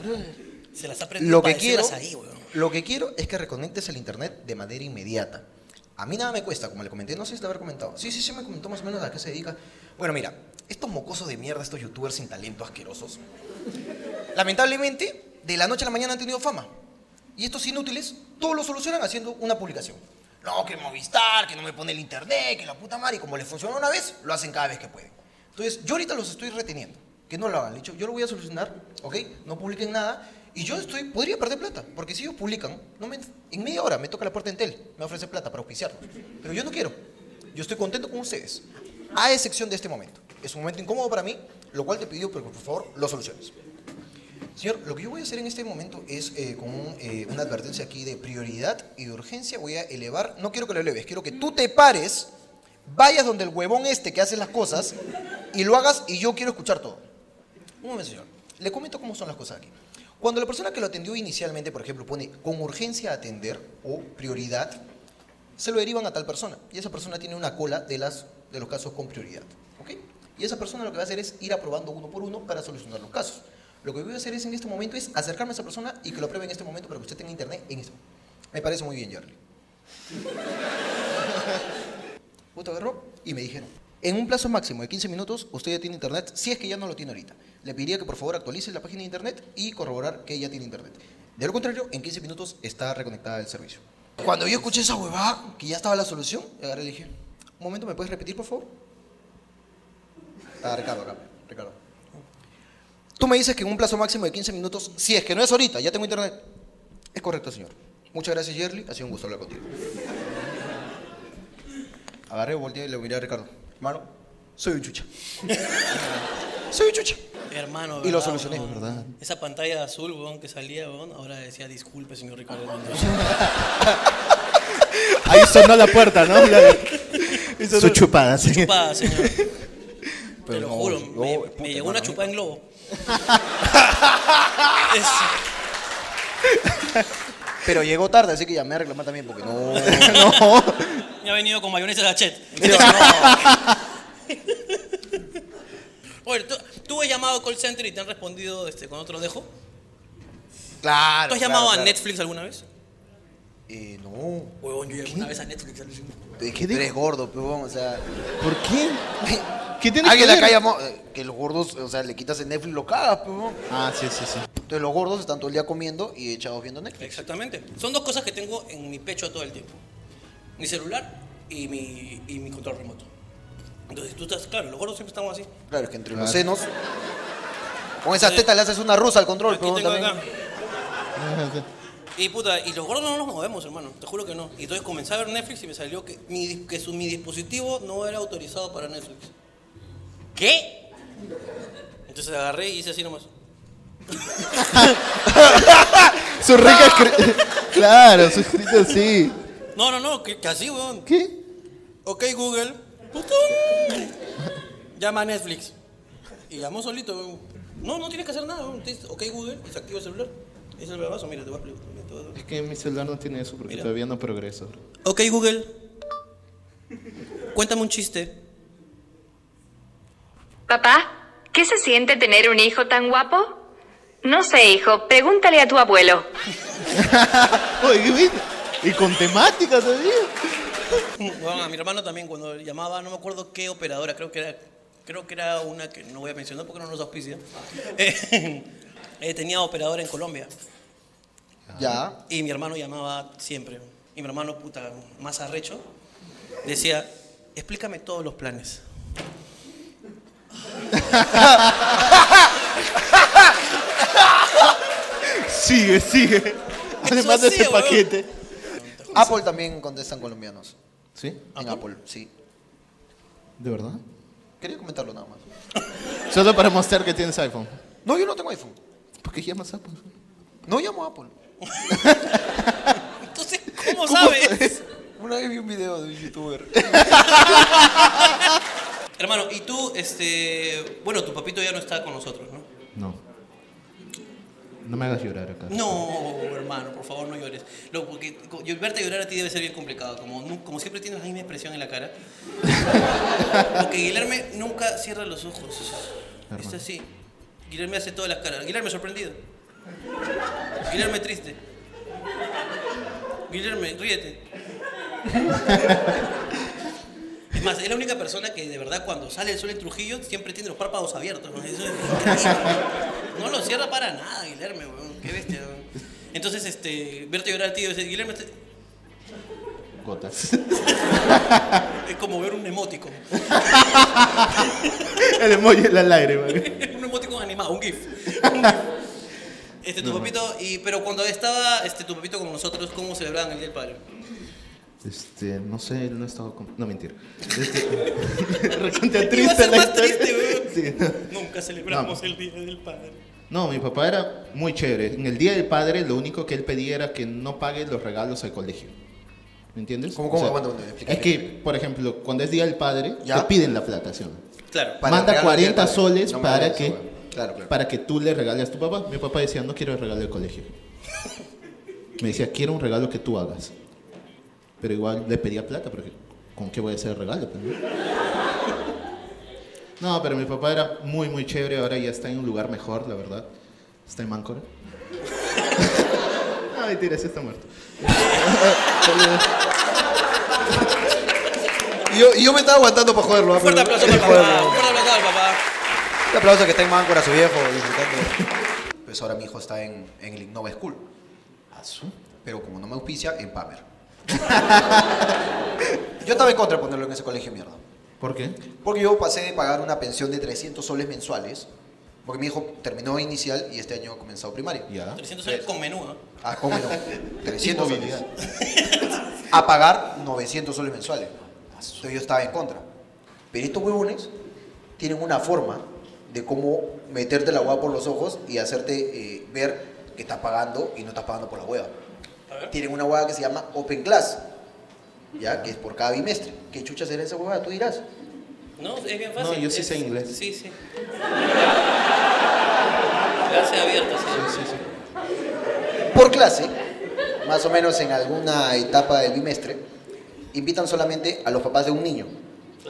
[SPEAKER 9] Se las ha aprendido
[SPEAKER 1] Lo que,
[SPEAKER 9] para
[SPEAKER 1] quiero,
[SPEAKER 9] decirlas ahí, weón.
[SPEAKER 1] lo que quiero es que reconectes el internet de manera inmediata. A mí nada me cuesta, como le comenté, no sé si te habrá comentado. Sí, sí, sí, me comentó más o menos a qué se dedica. Bueno, mira, estos mocosos de mierda, estos youtubers sin talento asquerosos, lamentablemente, de la noche a la mañana han tenido fama. Y estos inútiles, todos lo solucionan haciendo una publicación. No, que Movistar, que no me pone el internet, que la puta madre, y como les funcionó una vez, lo hacen cada vez que pueden. Entonces, yo ahorita los estoy reteniendo. Que no lo hagan, le he dicho, yo lo voy a solucionar, ¿ok? No publiquen nada. Y yo estoy, podría perder plata, porque si ellos publican, no me- en media hora me toca la puerta en tel, me ofrece plata para auspiciarlos. Pero yo no quiero. Yo estoy contento con ustedes, a excepción de este momento. Es un momento incómodo para mí, lo cual te pido, pero por favor, lo soluciones. Señor, lo que yo voy a hacer en este momento es eh, con un, eh, una advertencia aquí de prioridad y de urgencia. Voy a elevar, no quiero que lo eleves, quiero que tú te pares, vayas donde el huevón este que hace las cosas y lo hagas y yo quiero escuchar todo. Un momento, señor. Le comento cómo son las cosas aquí. Cuando la persona que lo atendió inicialmente, por ejemplo, pone con urgencia atender o prioridad, se lo derivan a tal persona. Y esa persona tiene una cola de, las, de los casos con prioridad. ¿ok? Y esa persona lo que va a hacer es ir aprobando uno por uno para solucionar los casos. Lo que voy a hacer es en este momento es acercarme a esa persona y que lo apruebe en este momento para que usted tenga internet en esto. Me parece muy bien, Charlie. (laughs) Puto agarró y me dijeron, en un plazo máximo de 15 minutos usted ya tiene internet, si es que ya no lo tiene ahorita. Le pediría que por favor actualice la página de internet y corroborar que ya tiene internet. De lo contrario, en 15 minutos está reconectada el servicio. Cuando yo escuché esa huevada, que ya estaba la solución, agarré y le dije, un momento, ¿me puedes repetir por favor? Ah, Ricardo, acá, Ricardo. Tú me dices que en un plazo máximo de 15 minutos, si es que no es ahorita, ya tengo internet. Es correcto, señor. Muchas gracias, Jerly. Ha sido un gusto hablar contigo. Agarré, volteé y le miré a Ricardo. Hermano, soy un chucha. (laughs) soy un chucha.
[SPEAKER 4] Hermano,
[SPEAKER 1] Y lo
[SPEAKER 4] ¿verdad,
[SPEAKER 1] solucioné,
[SPEAKER 4] weón?
[SPEAKER 1] ¿verdad?
[SPEAKER 4] Esa pantalla azul, weón, que salía, weón, ahora decía disculpe, señor Ricardo Mendoza.
[SPEAKER 1] (laughs)
[SPEAKER 2] Ahí sonó la puerta, (laughs) ¿no? La- Su chupada, sí.
[SPEAKER 4] Chupada, señor. Te
[SPEAKER 1] Pero
[SPEAKER 4] lo
[SPEAKER 1] no,
[SPEAKER 4] juro,
[SPEAKER 1] yo,
[SPEAKER 4] me, me
[SPEAKER 1] puta,
[SPEAKER 4] llegó una
[SPEAKER 1] hermano,
[SPEAKER 4] chupada en globo.
[SPEAKER 1] (laughs)
[SPEAKER 4] Es-
[SPEAKER 1] Pero llegó tarde, así que llamé a reclamar también porque no.
[SPEAKER 4] me ha venido con mayonesa de Hachet. (laughs) Oye, ¿tú, tú has llamado a call center y te han respondido este, con otro dejo.
[SPEAKER 1] (laughs) claro.
[SPEAKER 4] ¿Tú has
[SPEAKER 1] claro,
[SPEAKER 4] llamado a
[SPEAKER 1] claro.
[SPEAKER 4] Netflix alguna vez?
[SPEAKER 1] Eh, no.
[SPEAKER 4] Huevón, yo llamé una vez a Netflix. alucina.
[SPEAKER 1] Es que tú eres gordo, pero vamos, o sea.
[SPEAKER 2] ¿Por qué? ¿Qué tiene que
[SPEAKER 1] Alguien
[SPEAKER 2] ver?
[SPEAKER 1] acá llamó. eh, Que los gordos, o sea, le quitas el Netflix y lo cagas, pues. vamos.
[SPEAKER 2] Ah, sí, sí, sí.
[SPEAKER 1] Entonces los gordos están todo el día comiendo y echados viendo Netflix.
[SPEAKER 4] Exactamente. Son dos cosas que tengo en mi pecho todo el tiempo. Mi celular y mi, y mi control remoto. Entonces tú estás, claro, los gordos siempre estamos así.
[SPEAKER 1] Claro, es que entre los senos. Con esas tetas le haces una rusa al control,
[SPEAKER 4] Aquí
[SPEAKER 1] pero
[SPEAKER 4] tengo
[SPEAKER 1] también.
[SPEAKER 4] acá. Y puta, y los gordos no nos movemos, hermano, te juro que no. Y entonces comencé a ver Netflix y me salió que mi, dis- que su, mi dispositivo no era autorizado para Netflix. ¿Qué? Entonces agarré y hice así nomás.
[SPEAKER 2] Su rica escri- (laughs) Claro, su escrito sí.
[SPEAKER 4] No, no, no, que, que así, weón.
[SPEAKER 2] ¿Qué?
[SPEAKER 4] Ok, Google. Putun. Llama a Netflix. Y llamó solito, weón. No, no tienes que hacer nada, weón. Te dice, Ok, Google, y se activa el celular. Ese es el bravazo, mira, te voy a explicar. mira, te voy a-
[SPEAKER 2] Es que mi celular no tiene eso porque
[SPEAKER 4] Mira.
[SPEAKER 2] todavía no progreso.
[SPEAKER 4] Ok, Google. Cuéntame un chiste.
[SPEAKER 10] Papá, ¿qué se siente tener un hijo tan guapo? No sé, hijo, pregúntale a tu abuelo.
[SPEAKER 2] (laughs) Oye, ¿qué viste? Y con temática todavía.
[SPEAKER 4] Bueno, a mi hermano también cuando llamaba, no me acuerdo qué operadora, creo que era, creo que era una que no voy a mencionar porque no nos auspicia. (laughs) Eh, eh, tenía operadora en Colombia
[SPEAKER 1] Ya.
[SPEAKER 4] y mi hermano llamaba siempre. Y mi hermano, puta, más arrecho, decía, explícame todos los planes. (laughs)
[SPEAKER 2] Sigue, sigue. Además de
[SPEAKER 4] hacía,
[SPEAKER 2] ese
[SPEAKER 4] weón.
[SPEAKER 2] paquete.
[SPEAKER 1] Apple también contestan colombianos.
[SPEAKER 2] ¿Sí?
[SPEAKER 1] En Apple, sí.
[SPEAKER 2] ¿De verdad?
[SPEAKER 1] Quería comentarlo nada más.
[SPEAKER 2] Solo para mostrar que tienes iPhone.
[SPEAKER 1] No, yo no tengo iPhone.
[SPEAKER 2] ¿Por qué llamas Apple?
[SPEAKER 1] No llamo a Apple.
[SPEAKER 4] Entonces, ¿cómo sabes?
[SPEAKER 1] Una vez vi un video de un youtuber.
[SPEAKER 4] Hermano, y tú, este, bueno, tu papito ya no está con nosotros, ¿no?
[SPEAKER 2] No. No me hagas llorar acá.
[SPEAKER 4] No, hermano, por favor no llores. Lo, porque co- yo- verte llorar a ti debe ser bien complicado. Como, nu- como siempre tienes la misma expresión en la cara. Porque Guilherme nunca cierra los ojos. Está así. Guilherme hace todas las caras. Guilherme sorprendido. Guilherme triste. Guilherme, ríete. Es más, es la única persona que de verdad cuando sale el sol en Trujillo siempre tiene los párpados abiertos. ¿no? Eso es increíble. No lo cierra para nada, Guillermo, weón. Qué bestia, weón. Entonces, este, verte llorar a ti, dice, Guillermo, este-
[SPEAKER 2] Gotas. (laughs)
[SPEAKER 4] es como ver un emótico.
[SPEAKER 2] El emoji de la lágrima.
[SPEAKER 4] (laughs) un emótico animado, un
[SPEAKER 2] (laughs)
[SPEAKER 4] GIF. Un GIF. Este, tu papito, y, pero cuando estaba este, tu papito con nosotros, ¿cómo celebraban el Día del Padre?
[SPEAKER 2] Este, no sé, no estaba con... No, mentira. Este... Recontra
[SPEAKER 4] Iba a
[SPEAKER 2] triste
[SPEAKER 4] ser
[SPEAKER 2] la
[SPEAKER 4] más
[SPEAKER 2] historia.
[SPEAKER 4] triste, weón.
[SPEAKER 2] (laughs) Sí, no.
[SPEAKER 4] Nunca celebramos
[SPEAKER 2] No.
[SPEAKER 4] el Día del Padre.
[SPEAKER 2] No, mi papá era muy chévere. En el Día del Padre lo único que él pedía era que no pague los regalos al colegio. ¿Me entiendes?
[SPEAKER 1] ¿Cómo, cómo? Aguanta, aguanta, explica,
[SPEAKER 2] es que, por ejemplo, cuando es Día del Padre,
[SPEAKER 1] ¿Ya?
[SPEAKER 2] te piden la plata, ¿sí o no?
[SPEAKER 4] Claro.
[SPEAKER 1] Para
[SPEAKER 2] Manda
[SPEAKER 1] regalar al Día del
[SPEAKER 2] 40
[SPEAKER 1] Padre.
[SPEAKER 2] soles
[SPEAKER 1] No me
[SPEAKER 2] para,
[SPEAKER 1] hagas
[SPEAKER 2] que,
[SPEAKER 1] eso, weón. Claro, claro.
[SPEAKER 2] para que tú le regales a tu papá. Mi papá decía, no quiero el regalo del colegio. Me decía, quiero un regalo que tú hagas. Pero igual le pedía plata, porque ¿con qué voy a hacer el regalo? pues, no? (laughs) No, pero mi papá era muy, muy chévere. Ahora ya está en un lugar mejor, la verdad. Está en Máncora. (laughs) no, mentira, sí está muerto.
[SPEAKER 1] Y yo, y yo me estaba aguantando para joderlo.
[SPEAKER 4] Un fuerte aplauso para el papá. Un fuerte aplauso al papá.
[SPEAKER 1] Un aplauso que está en Máncora, su viejo, disfrutando. Pues ahora mi hijo está en, en el Innova School. Pero como no me auspicia, en Pamer. yo estaba en contra de ponerlo en ese colegio de mierda.
[SPEAKER 2] ¿Por qué?
[SPEAKER 1] Porque yo pasé de pagar una pensión de 300 soles mensuales. Porque mi hijo terminó inicial y este año ha comenzado primaria.
[SPEAKER 2] Ya.
[SPEAKER 4] 300 soles con menú, ¿no?
[SPEAKER 1] Ah, cómo no. 300 soles.
[SPEAKER 2] Inmovilidad.
[SPEAKER 1] (laughs) A pagar 900 soles mensuales. Entonces yo estaba en contra. Pero estos huevones tienen una forma de cómo meterte la hueá por los ojos y hacerte eh, ver que estás pagando y no estás pagando por la hueá. Tienen una hueá que se llama Open Class, ¿ya? Que es por cada bimestre. ¿Qué chucha será esa hueá? Tú dirás.
[SPEAKER 4] No, es bien fácil.
[SPEAKER 2] No, yo sí
[SPEAKER 4] Es-
[SPEAKER 2] sé inglés.
[SPEAKER 4] Sí, sí. Gracias abierta, sí.
[SPEAKER 1] por clase, más o menos en alguna etapa del bimestre, invitan solamente a los papás de un niño,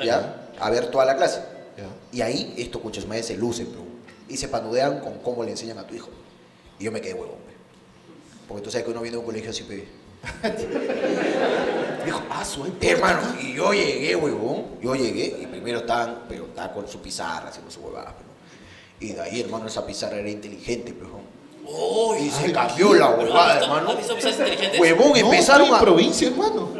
[SPEAKER 1] ¿ya? A ver toda la clase.
[SPEAKER 2] Ya.
[SPEAKER 1] Y ahí, estos cuchos madres se lucen, bro. Y se panudean con cómo le enseñan a tu hijo. Y yo me quedé huevón, pe. Porque tú sabes que uno viene de un colegio así, pe. (laughs) Dijo, ah, soy hermano. Y yo llegué, huevón. Yo llegué y primero estaban, pero estaba con su pizarra, haciendo su huevada, pero. Y de ahí, hermano, esa pizarra era inteligente, pero.
[SPEAKER 4] Oh,
[SPEAKER 1] Y se cambió la
[SPEAKER 4] Pero,
[SPEAKER 1] huevada,
[SPEAKER 4] ¿has visto-
[SPEAKER 1] hermano.
[SPEAKER 4] has visto pizzas inteligentes?
[SPEAKER 1] Huevón,
[SPEAKER 2] No,
[SPEAKER 1] empezaron
[SPEAKER 2] estoy en
[SPEAKER 1] a.
[SPEAKER 2] provincia, hermano.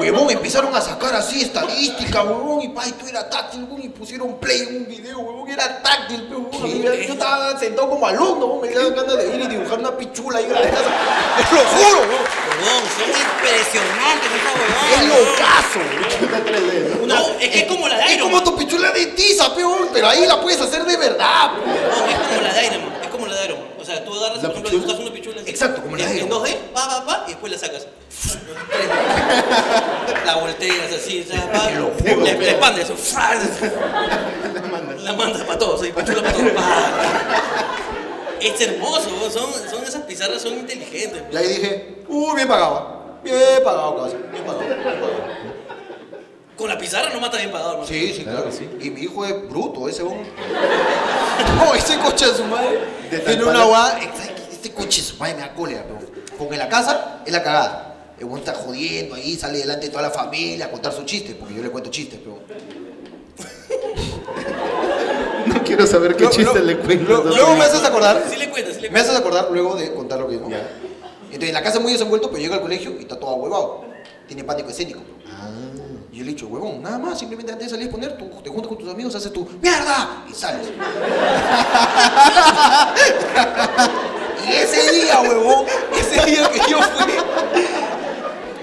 [SPEAKER 1] Huevón, empezaron a sacar así estadísticas, huevón, y pa, y tú era táctil, huevón, y pusieron play en un video, huevón, era táctil, pe, huevón. Y Yo yo estaba sentado como alumno, huevón, me daban ganas de ir y dibujar una pichula ahí en la casa. Te lo juro, huevón.
[SPEAKER 4] Huevón, son impresionantes esa huevón.
[SPEAKER 1] Es locazo, huevón.
[SPEAKER 4] No, es que es como la de
[SPEAKER 1] Es
[SPEAKER 4] Iron
[SPEAKER 1] como
[SPEAKER 4] Man.
[SPEAKER 1] tu pichula de tiza, pe, huevón, pero ahí la puedes hacer de verdad, pe.
[SPEAKER 4] No, es como la de Iron Man. Es como la de Iron Man. O sea, tú agarras, por ejemplo, dibujas una pichula. así.
[SPEAKER 1] Exacto, como la de
[SPEAKER 4] En-
[SPEAKER 1] Iron Man.
[SPEAKER 4] En 2D, pa, pa, pa, y después
[SPEAKER 1] (laughs)
[SPEAKER 4] la sacas. la volteas así, o sea, pa, la, la expandes. eso, fra, La mandas para todos, ahí, pichula para todos. pa. Es hermoso, huevón, son, son esas pizarras, son inteligentes.
[SPEAKER 1] Y ahí dije, uh, bien pagado, bien pagado, cabrón, bien pagado, bien pagado.
[SPEAKER 4] Con la pizarra no mata bien pagado, hermano.
[SPEAKER 1] Sí, sí, claro. Y mi hijo es bruto, ese un... (laughs) no, ese coche de su madre.
[SPEAKER 2] De
[SPEAKER 1] tiene
[SPEAKER 2] tal
[SPEAKER 1] una
[SPEAKER 2] palo.
[SPEAKER 1] guada. Este coche de su madre me da cólera, pero. Porque en la casa es la cagada. El buen está jodiendo ahí, sale delante de toda la familia a contar sus chistes, porque yo le cuento chistes, pero.
[SPEAKER 2] No quiero saber qué
[SPEAKER 1] Lo-
[SPEAKER 2] chiste
[SPEAKER 1] lo-
[SPEAKER 2] le cuento.
[SPEAKER 1] lo- Luego me haces acordar.
[SPEAKER 4] Sí le cuentas, sí le
[SPEAKER 1] Me haces acordar luego de contar lo que digo.
[SPEAKER 2] Ya.
[SPEAKER 1] Entonces, en la casa es muy desenvuelto, pero llega al colegio y está todo ahuevado. Tiene pánico escénico. Y yo le he dicho, huevón, nada más, simplemente antes de salir a exponer, tú te juntas con tus amigos, haces tu mierda y sales. (laughs) y ese día, huevón, ese día que yo fui,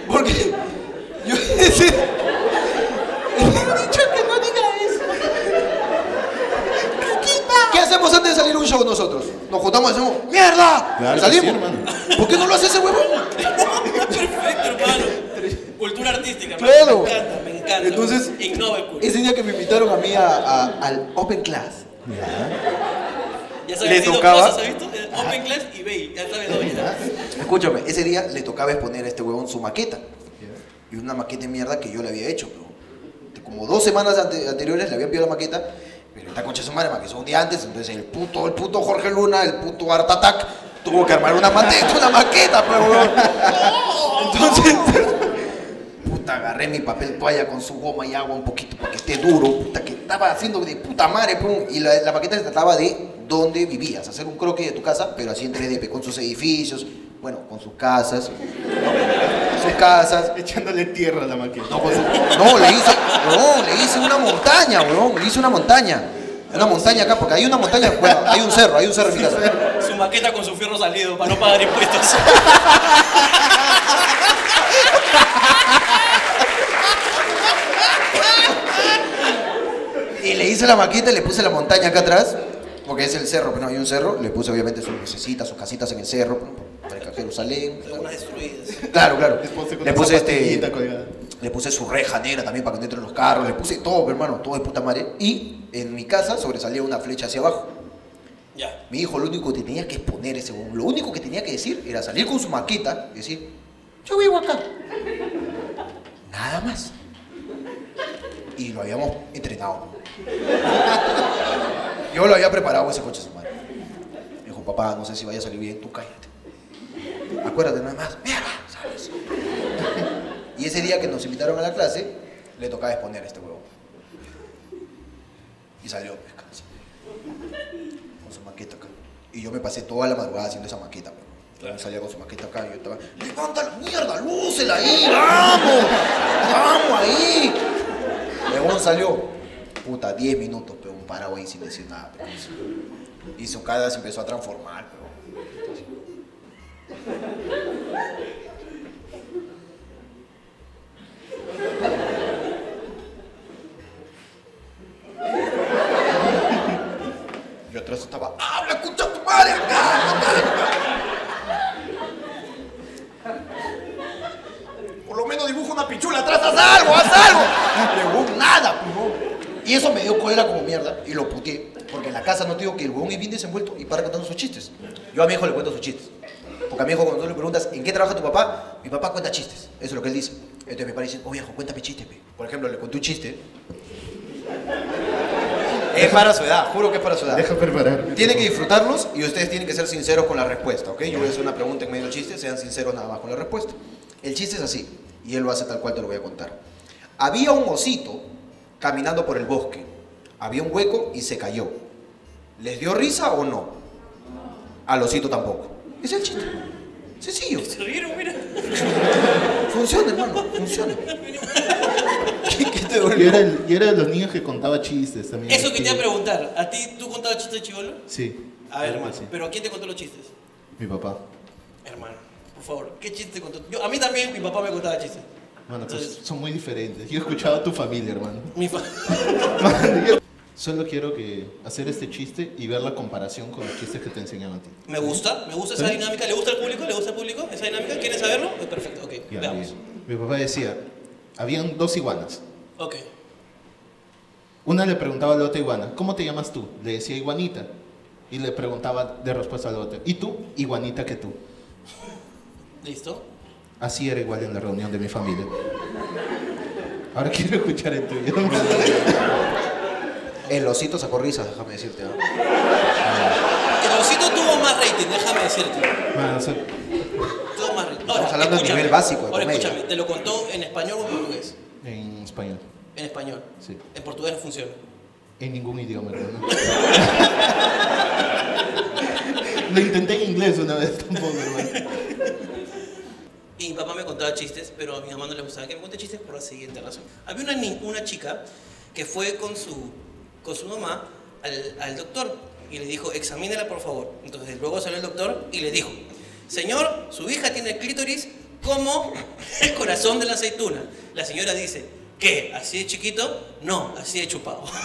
[SPEAKER 1] porque yo (laughs) ese. he dicho que no diga eso. ¿Qué hacemos antes de salir a un show nosotros? Nos juntamos y hacemos ¡Mierda!
[SPEAKER 2] Claro
[SPEAKER 1] Y
[SPEAKER 2] que
[SPEAKER 1] salimos.
[SPEAKER 2] sí, hermano.
[SPEAKER 1] ¿Por qué no lo hace ese huevón?
[SPEAKER 4] Perfecto, hermano. Cultura artística, hermano.
[SPEAKER 1] Claro.
[SPEAKER 4] Me encanta, me encanta.
[SPEAKER 1] Entonces- eh,
[SPEAKER 4] Ignova el culo.
[SPEAKER 1] Ese día que me invitaron a mí a- a- al Open Class.
[SPEAKER 4] Ya
[SPEAKER 1] le
[SPEAKER 4] sabes, dos
[SPEAKER 1] tocaba-
[SPEAKER 4] cosas, ¿has visto? Eh, Open Class y Bay. Ya sabes dónde está.
[SPEAKER 1] Escúchame, ese día le tocaba exponer a este huevón su maqueta. Y una maqueta de mierda que yo le había hecho, pero como dos semanas ante- anteriores le había enviado la maqueta, pero esta concha de su madre me avisó un día antes, entonces el puto, el puto Jorge Luna, el puto Art Attack, tuvo que armar una maqueta, (laughs) una maqueta, pero huevón. Entonces, puta, agarré mi papel toalla con su goma y agua un poquito para que esté duro, puta, que estaba haciendo de puta madre, pum, y la, la maqueta se trataba de dónde vivías, hacer un croquis de tu casa, pero así en 3D, con sus edificios, bueno, con sus casas, sus casas,
[SPEAKER 2] Echándole tierra a la maqueta.
[SPEAKER 1] no, con su- no, le hice, huevón, le hice una montaña, huevón, le hice una montaña. Una montaña acá, porque hay una montaña, bueno, hay un cerro, hay un cerro en mi casa.
[SPEAKER 4] Su maqueta con su fierro salido para no pagar impuestos.
[SPEAKER 1] Y le hice la maqueta y le puse la montaña acá atrás, porque es el cerro, pero no hay un cerro. Le puse obviamente sus lucecitas, sus casitas en el cerro, pues, para que Jerusalén.
[SPEAKER 4] Algunas destruidas.
[SPEAKER 1] Claro, claro.
[SPEAKER 2] Después con
[SPEAKER 1] Le
[SPEAKER 2] una
[SPEAKER 1] puse
[SPEAKER 2] zapatillita
[SPEAKER 1] este.
[SPEAKER 2] colgada.
[SPEAKER 1] Le puse su reja negra también para que no entren los carros, le puse todo, hermano, todo de puta madre. Y en mi casa sobresalía una flecha hacia abajo.
[SPEAKER 4] Ya.
[SPEAKER 1] Mi hijo lo único que tenía que exponer ese huevón, lo único que tenía que decir era salir con su maqueta y decir, yo vivo acá. Nada más. Y lo habíamos entrenado. Yo lo había preparado ese coche a su madre. Me dijo, papá, no sé si vaya a salir bien, tú cállate. Acuérdate nada más, mierda, ¿sabes? Y ese día que nos invitaron a la clase, le tocaba exponer a este huevo. Y salió, pues, casi con su maqueta acá. Y yo me pasé toda la madrugada haciendo esa maqueta. pero Salía con su maqueta acá y yo estaba, levanta la mierda, lúcela ahí, vamos, vamos ahí. León salió, puta, 10 minutos, pero un parado ahí sin decir nada. pero. Y su cara se empezó a transformar, pero. Yo atrás estaba, ¡habla, escucha tu madre acá! acá". Por lo menos dibuja una pichula atrás, haz algo, haz algo. Pero nada, pues, huevón. Y eso me dio cólera como mierda y lo puteé. Porque en la casa no te digo que el huevón es bien desenvuelto y para contando sus chistes. Yo a mi hijo le cuento sus chistes. Porque a mi hijo cuando tú le preguntas, ¿en qué trabaja tu papá? Mi papá cuenta chistes. Eso es lo que él dice. Entonces mi papá dice, oh viejo, cuéntame chistes. pe". Por ejemplo, le conté un chiste. Es para su edad, juro que es para su edad.
[SPEAKER 2] Deja prepararme.
[SPEAKER 1] Tienen que disfrutarlos y ustedes tienen que ser sinceros con la respuesta, ¿ok? Yo voy a hacer una pregunta en medio del chiste, sean sinceros nada más con la respuesta. El chiste es así, y él lo hace tal cual te lo voy a contar. Había un osito caminando por el bosque. Había un hueco y se cayó. ¿Les dio risa o no? Al osito tampoco. Ese Es el chiste. Sencillo.
[SPEAKER 4] Se rieron, mira.
[SPEAKER 1] Funciona, hermano. Funciona. ¿Qué, qué te
[SPEAKER 2] Yo
[SPEAKER 1] dolió?
[SPEAKER 2] era, el- yo era de los niños que contaba chistes también.
[SPEAKER 4] Eso que te iba a
[SPEAKER 2] Sí.
[SPEAKER 4] preguntar. ¿A ti tú contabas chistes de chivolo?
[SPEAKER 2] Sí.
[SPEAKER 4] A
[SPEAKER 2] Claro
[SPEAKER 4] ver,
[SPEAKER 2] que
[SPEAKER 4] hermano.
[SPEAKER 2] sí.
[SPEAKER 4] ¿Pero quién te contó los chistes?
[SPEAKER 2] Mi papá.
[SPEAKER 4] Hermano, por favor, ¿qué chiste te contó? Yo, a mí también mi papá me contaba chistes.
[SPEAKER 2] Mano, pues son muy diferentes. Yo he escuchado a tu familia, hermano.
[SPEAKER 4] Mi fa-
[SPEAKER 2] Solo quiero que hacer este chiste y ver la comparación con los chistes que te enseñan a ti.
[SPEAKER 4] me gusta, me gusta
[SPEAKER 2] ¿Eh?
[SPEAKER 4] esa dinámica. ¿Le gusta al público? ¿Le gusta al público esa dinámica? ¿Quieren saberlo? Eh, Perfecto, ok,
[SPEAKER 2] Ya,
[SPEAKER 4] veamos.
[SPEAKER 2] bien. Mi papá decía, habían dos iguanas.
[SPEAKER 4] Ok,
[SPEAKER 2] Una le preguntaba a la otra iguana, ¿cómo te llamas tú? Le decía iguanita. Y le preguntaba de respuesta a la otra, ¿y tú? Iguanita que tú.
[SPEAKER 4] listo.
[SPEAKER 2] Así era igual en la reunión de mi familia. Ahora (laughs) quiero escuchar el tuyo.
[SPEAKER 1] El osito sacó risas, déjame decirte. ¿no?
[SPEAKER 4] El osito tuvo más rating, déjame decirte.
[SPEAKER 2] Mano, so-
[SPEAKER 4] Tuvo más rating.
[SPEAKER 1] Estamos hablando de nivel básico de
[SPEAKER 4] Ahora
[SPEAKER 1] comedia.
[SPEAKER 4] escúchame, ¿te lo contó en español o en portugués?
[SPEAKER 2] en español.
[SPEAKER 4] En español.
[SPEAKER 2] Sí.
[SPEAKER 4] En portugués no funciona.
[SPEAKER 2] En ningún idioma, hermano.
[SPEAKER 5] (laughs)
[SPEAKER 2] Lo intenté en inglés una vez tampoco, hermano.
[SPEAKER 4] Y mi papá me contaba chistes, pero a mi mamá no le gustaba que me cuente chistes por la siguiente razón. Había una, ni- una chica que fue con su, con su mamá al, al doctor y le dijo, examínela por favor. Entonces luego salió el doctor y le dijo, señor, su hija tiene clítoris como el corazón de la aceituna. La señora dice, ¿qué? ¿Así de chiquito? No, así de chupado. (laughs)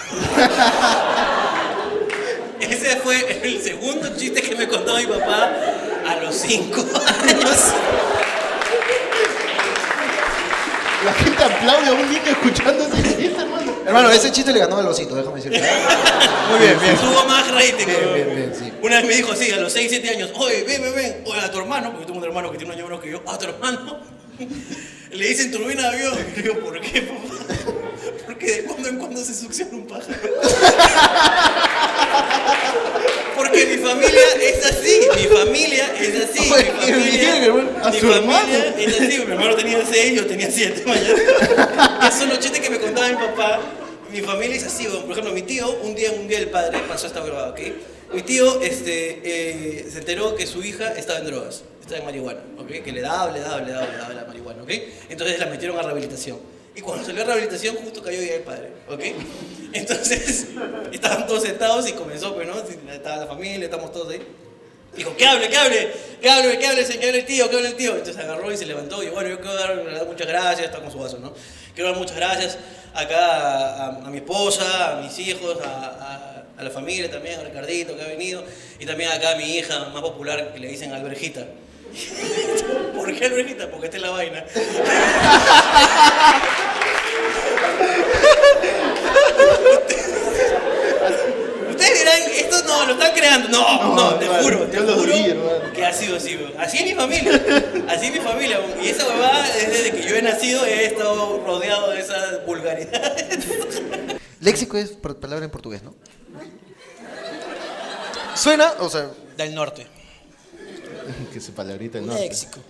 [SPEAKER 4] Ese fue el segundo chiste que me contó mi papá a los cinco (laughs) años.
[SPEAKER 2] La gente aplaude a un niño escuchando ese chiste, hermano.
[SPEAKER 1] Hermano, ese chiste le ganó al osito, déjame decirte.
[SPEAKER 2] Muy bien, bien.
[SPEAKER 4] Tuvo más rating.
[SPEAKER 1] Bien,
[SPEAKER 4] weón.
[SPEAKER 1] bien, bien, sí.
[SPEAKER 4] Una vez me dijo así, a los 6, 7 años, oye, ven, ven, ven, oye, a tu hermano, porque tengo un hermano que tiene un año menos que yo, a tu hermano. (laughs) Le dicen turbina de avión. (laughs) Y le digo, ¿por qué, papá? Porque de cuando en cuando se succiona un pájaro. (laughs) Porque mi familia es así, mi familia es así.
[SPEAKER 2] Oye,
[SPEAKER 4] mi familia,
[SPEAKER 2] bien, hermano, a
[SPEAKER 4] mi
[SPEAKER 2] su
[SPEAKER 4] familia
[SPEAKER 2] hermano.
[SPEAKER 4] es así. Mi hermano tenía 6, yo tenía 7 (laughs) mañana. Esos son los chistes que me contaba mi papá. Mi familia es así, weón. por ejemplo, mi tío, un día, un día el padre pasó esta grabada, ¿ok? Mi tío este, eh, se enteró que su hija estaba en drogas, estaba en marihuana, ¿ok? Que le daba, le daba, le daba, le daba la marihuana, ¿ok? Entonces la metieron a rehabilitación. Y cuando salió a rehabilitación, justo cayó día del padre, ¿ok? (laughs) Entonces, (laughs) estaban todos sentados y comenzó, pues, ¿no? Estaba la familia, estamos todos ahí. Dijo, que hable, que hable, que hable, que hable, que hable el tío, que hable el tío. Entonces agarró y se levantó y bueno, yo quiero dar le da muchas gracias, está con su vaso, ¿no? Quiero dar muchas gracias acá a, a mi esposa, a mis hijos, a, a- a la familia también, a Ricardito que ha venido y también acá a mi hija más popular que le dicen Alberjita. ¿Por qué Alberjita? Porque esta es la vaina. Ustedes dirán, esto no, lo están creando. No, no,
[SPEAKER 2] No,
[SPEAKER 4] te
[SPEAKER 2] hermano,
[SPEAKER 4] juro, te
[SPEAKER 2] yo lo
[SPEAKER 4] juro
[SPEAKER 2] vi, hermano.
[SPEAKER 4] que ha sido así, weón. Así es mi familia, así es mi familia. weón. Y esa huevada, desde que yo he nacido, he estado rodeado de esas vulgaridades.
[SPEAKER 1] Léxico es por- palabra en portugués, ¿no? Suena, o sea,
[SPEAKER 4] Del norte.
[SPEAKER 2] Que su palabrita no.
[SPEAKER 4] Léxico.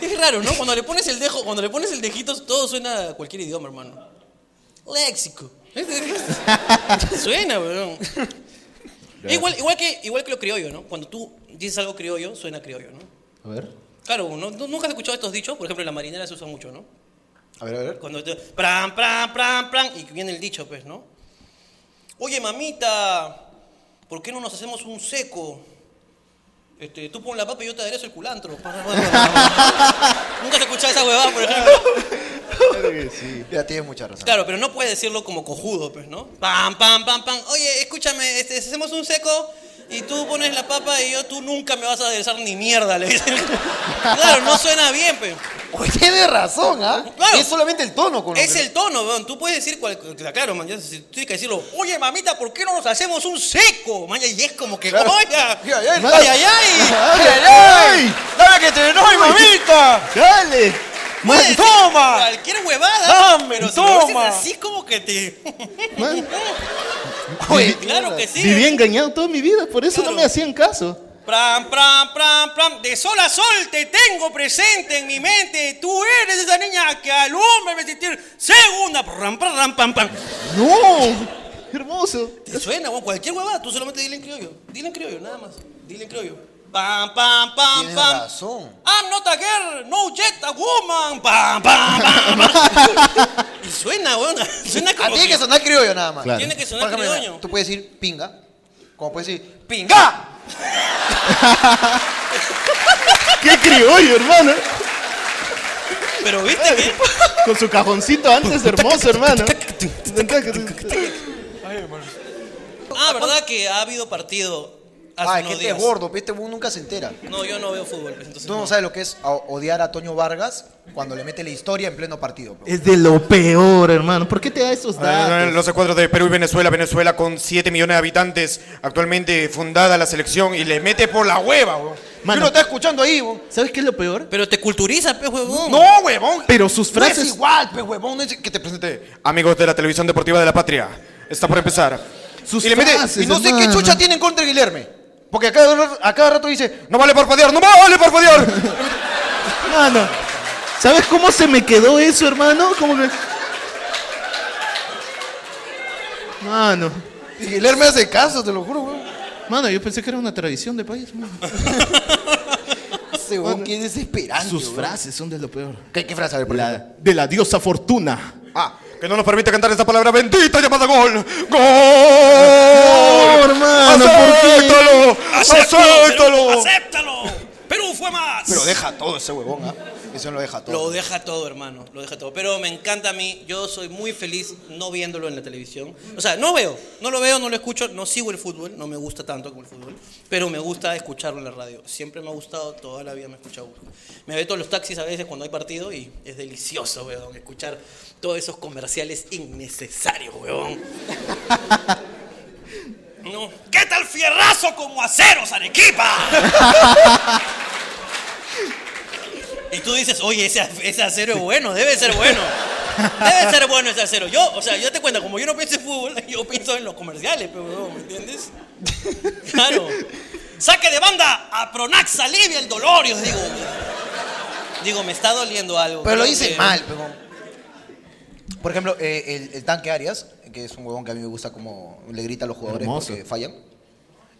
[SPEAKER 4] Es raro, ¿no? Cuando le pones el dejo, cuando le pones el dejito, todo suena a cualquier idioma, hermano. Léxico. suena, weón. Igual, igual, que, igual que lo criollo, ¿no? Cuando tú dices algo criollo, suena criollo, ¿no?
[SPEAKER 2] A ver.
[SPEAKER 4] Claro, ¿no? ¿Tú ¿nunca has escuchado estos dichos? Por ejemplo, en la marinera se usa mucho, ¿no?
[SPEAKER 1] a ver, a ver.
[SPEAKER 4] Cuando te... Pran, pran, pran, pran, y viene el dicho, pues, ¿no? Oye, mamita, ¿por qué no nos hacemos un seco? Este, tú pon la papa y yo te aderezo el culantro. (laughs) Nunca te escuchado esa huevada, por ejemplo.
[SPEAKER 2] Claro que sí.
[SPEAKER 1] Ya tienes mucha razón.
[SPEAKER 4] Claro, pero no puedes decirlo como cojudo, pues, ¿no? Pam, pam, pam, pam. Oye, escúchame, este, si hacemos un seco y tú pones la papa y yo, tú nunca me vas a aderezar ni mierda, le dicen. (laughs) Claro, no suena bien, pues.
[SPEAKER 8] Oye, tiene razón, ¿ah?
[SPEAKER 4] Claro.
[SPEAKER 8] Es solamente el tono con lo
[SPEAKER 4] Es
[SPEAKER 8] que-
[SPEAKER 4] el tono, weón. Tú puedes decir, cual, claro, man, ya, si tienes que decirlo, oye, mamita, ¿por qué no nos hacemos un seco? Man, y es como que,
[SPEAKER 8] Claro.
[SPEAKER 4] oye, ay,
[SPEAKER 8] Ay, ay,
[SPEAKER 4] ay, ay.
[SPEAKER 8] ¡Ay, ay, ay! ¡Dame que te doy, mamita!
[SPEAKER 2] ¡Dale!
[SPEAKER 4] Puedes decir
[SPEAKER 8] ¡Toma!
[SPEAKER 4] Cualquier huevada,
[SPEAKER 8] Dame,
[SPEAKER 4] pero si lo dices
[SPEAKER 8] toma.
[SPEAKER 4] así como que te...
[SPEAKER 2] Man,
[SPEAKER 8] Oye,
[SPEAKER 4] claro que sí.
[SPEAKER 2] viví engañado toda mi vida, por eso
[SPEAKER 4] Claro.
[SPEAKER 2] no me hacían caso.
[SPEAKER 4] Pram, pram, pram, pram. De sol a sol te tengo presente en mi mente. Tú eres esa niña que alumbra mi sentir. Segunda. Pram, pram, pam, pam.
[SPEAKER 2] ¡No!
[SPEAKER 5] Hermoso.
[SPEAKER 4] ¿Te suena, weón? Cualquier huevada, tú solamente dile en criollo. Dile en criollo, nada más. Dile en criollo. Pam, pam, pam,
[SPEAKER 1] Tienes
[SPEAKER 4] pam.
[SPEAKER 1] razón.
[SPEAKER 4] I'm not a girl, no jet, a woman. Pam, pam, pam, pam. y suena, weón. (laughs) Suena
[SPEAKER 1] Ah,
[SPEAKER 4] como.
[SPEAKER 1] tiene que sonar criollo nada más.
[SPEAKER 5] Claro.
[SPEAKER 4] Tiene que
[SPEAKER 1] Por
[SPEAKER 4] sonar
[SPEAKER 1] ejemplo, mira,
[SPEAKER 4] criollo.
[SPEAKER 1] tú puedes decir pinga, como puedes decir pinga.
[SPEAKER 5] ¡Qué criollo, hermano!
[SPEAKER 4] Pero viste
[SPEAKER 1] Eh,
[SPEAKER 4] que.
[SPEAKER 5] Con su cajoncito antes hermoso, hermano.
[SPEAKER 4] Ah, ¿verdad que ha habido partido hace
[SPEAKER 1] Ah, es que
[SPEAKER 4] unos
[SPEAKER 1] este es
[SPEAKER 4] días?
[SPEAKER 1] gordo, este uno nunca se entera.
[SPEAKER 4] No, yo no veo fútbol, pues, entonces.
[SPEAKER 1] Tú no sabes lo que es a- odiar a Toño Vargas cuando le mete la historia en pleno partido. bro.
[SPEAKER 5] Es de lo peor, hermano. ¿Por qué te da esos datos?
[SPEAKER 11] Los encuentros de Perú y Venezuela. Venezuela con 7 millones de habitantes. Actualmente fundada la selección y le mete por la hueva, weón.
[SPEAKER 5] Mano.
[SPEAKER 11] Yo lo está escuchando ahí, weón.
[SPEAKER 5] ¿Sabes qué es lo peor?
[SPEAKER 4] Pero te culturiza, pe, huevón. (laughs)
[SPEAKER 11] No, huevón.
[SPEAKER 5] Pero sus
[SPEAKER 11] No
[SPEAKER 5] frases-
[SPEAKER 11] es igual, pues, huevón. No es que te presente. Amigos de la televisión deportiva de la patria. Está por empezar.
[SPEAKER 5] Sus
[SPEAKER 11] y le mete.
[SPEAKER 5] frases,
[SPEAKER 11] y no sé qué
[SPEAKER 5] hermano.
[SPEAKER 11] chucha tiene.
[SPEAKER 1] Tienen contra Guilherme. Porque a cada, a cada rato dice,
[SPEAKER 11] No vale por fadear, no vale por fadear.
[SPEAKER 5] Mano, ¿sabes cómo se me quedó eso, hermano? Como que... Mano,
[SPEAKER 1] y Guilherme hace caso, te lo juro, weón.
[SPEAKER 5] mano, yo pensé que era una tradición de país. mano.
[SPEAKER 1] Ese weón que es desesperante.
[SPEAKER 5] Sus
[SPEAKER 1] weón.
[SPEAKER 5] frases son de lo peor.
[SPEAKER 1] ¿Qué, qué frase? A ver, por ejemplo.
[SPEAKER 5] La, de la diosa Fortuna.
[SPEAKER 11] Ah, que no nos permite cantar esta palabra bendita llamada gol. ¡Gol!
[SPEAKER 5] hermano,
[SPEAKER 11] ¡Acéptalo!
[SPEAKER 4] ¡Acéptalo!
[SPEAKER 11] ¡Acéptalo!
[SPEAKER 4] ¡Acéptalo! ¡Perú fue más!
[SPEAKER 1] Pero deja todo ese huevón, ¿ah? Eso lo deja todo.
[SPEAKER 4] Lo deja todo, hermano, lo deja todo. Pero me encanta a mí, yo soy muy feliz no viéndolo en la televisión. O sea, no veo, no lo veo, no lo escucho, no sigo el fútbol, no me gusta tanto como el fútbol, pero me gusta escucharlo en la radio. Siempre me ha gustado, toda la vida me he escuchado. Me meto en los taxis a veces cuando hay partido y es delicioso, weón, escuchar todos esos comerciales innecesarios,
[SPEAKER 1] (laughs)
[SPEAKER 4] weón. No. ¿Qué tal fierrazo como aceros, Arequipa? Y tú dices, oye, ese, ese acero es bueno, debe ser bueno. Debe ser bueno ese acero. Yo, o sea, yo te cuento, como yo no pienso en fútbol, (laughs) yo pienso en los comerciales, pero huevón,
[SPEAKER 1] (laughs)
[SPEAKER 4] ¿me entiendes? Claro. Saque de banda a Pronax, alivia el dolor, yo digo. Digo, me está doliendo algo.
[SPEAKER 1] Pero lo
[SPEAKER 4] Creo
[SPEAKER 1] dice
[SPEAKER 4] que-
[SPEAKER 1] mal, pegón. Por ejemplo, eh, el, el tanque Arias, que es un huevón que a mí me gusta como le grita a los jugadores
[SPEAKER 5] Hermoso.
[SPEAKER 1] que fallan.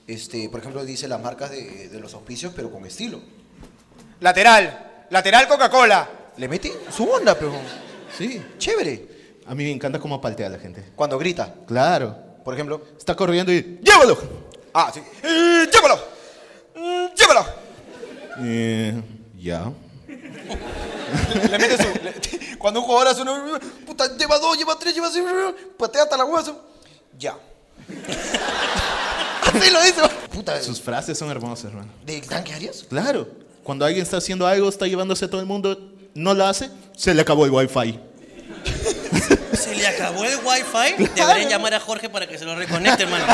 [SPEAKER 1] Este, por ejemplo, dice las marcas de, de los auspicios, pero con estilo.
[SPEAKER 11] Lateral. Lateral Coca-Cola.
[SPEAKER 1] Le mete su onda, pegón.
[SPEAKER 5] Sí.
[SPEAKER 1] Chévere.
[SPEAKER 5] A mí me encanta cómo paltea a la gente.
[SPEAKER 1] Cuando grita,
[SPEAKER 5] Claro.
[SPEAKER 1] por ejemplo.
[SPEAKER 5] Está corriendo y... ¡Llévalo!
[SPEAKER 11] Ah, sí. Eh, llévalo. Mm, llévalo.
[SPEAKER 5] Eh, ya.
[SPEAKER 11] Le mete su.
[SPEAKER 1] (laughs)
[SPEAKER 11] le- cuando un jugador hace uno. Puta, lleva dos, lleva tres, lleva seis. Patea hasta la hueso.
[SPEAKER 1] Ya. (laughs) Así lo dice. Puta,
[SPEAKER 5] Sus frases son hermosas, hermano.
[SPEAKER 1] ¿del tanque Arias?
[SPEAKER 5] Claro. Cuando alguien está haciendo algo, está llevándose a todo el mundo, no lo hace, se le acabó el wifi. (laughs)
[SPEAKER 4] Se le acabó el wifi. Deberían llamar a Jorge para que se lo reconecte, hermano.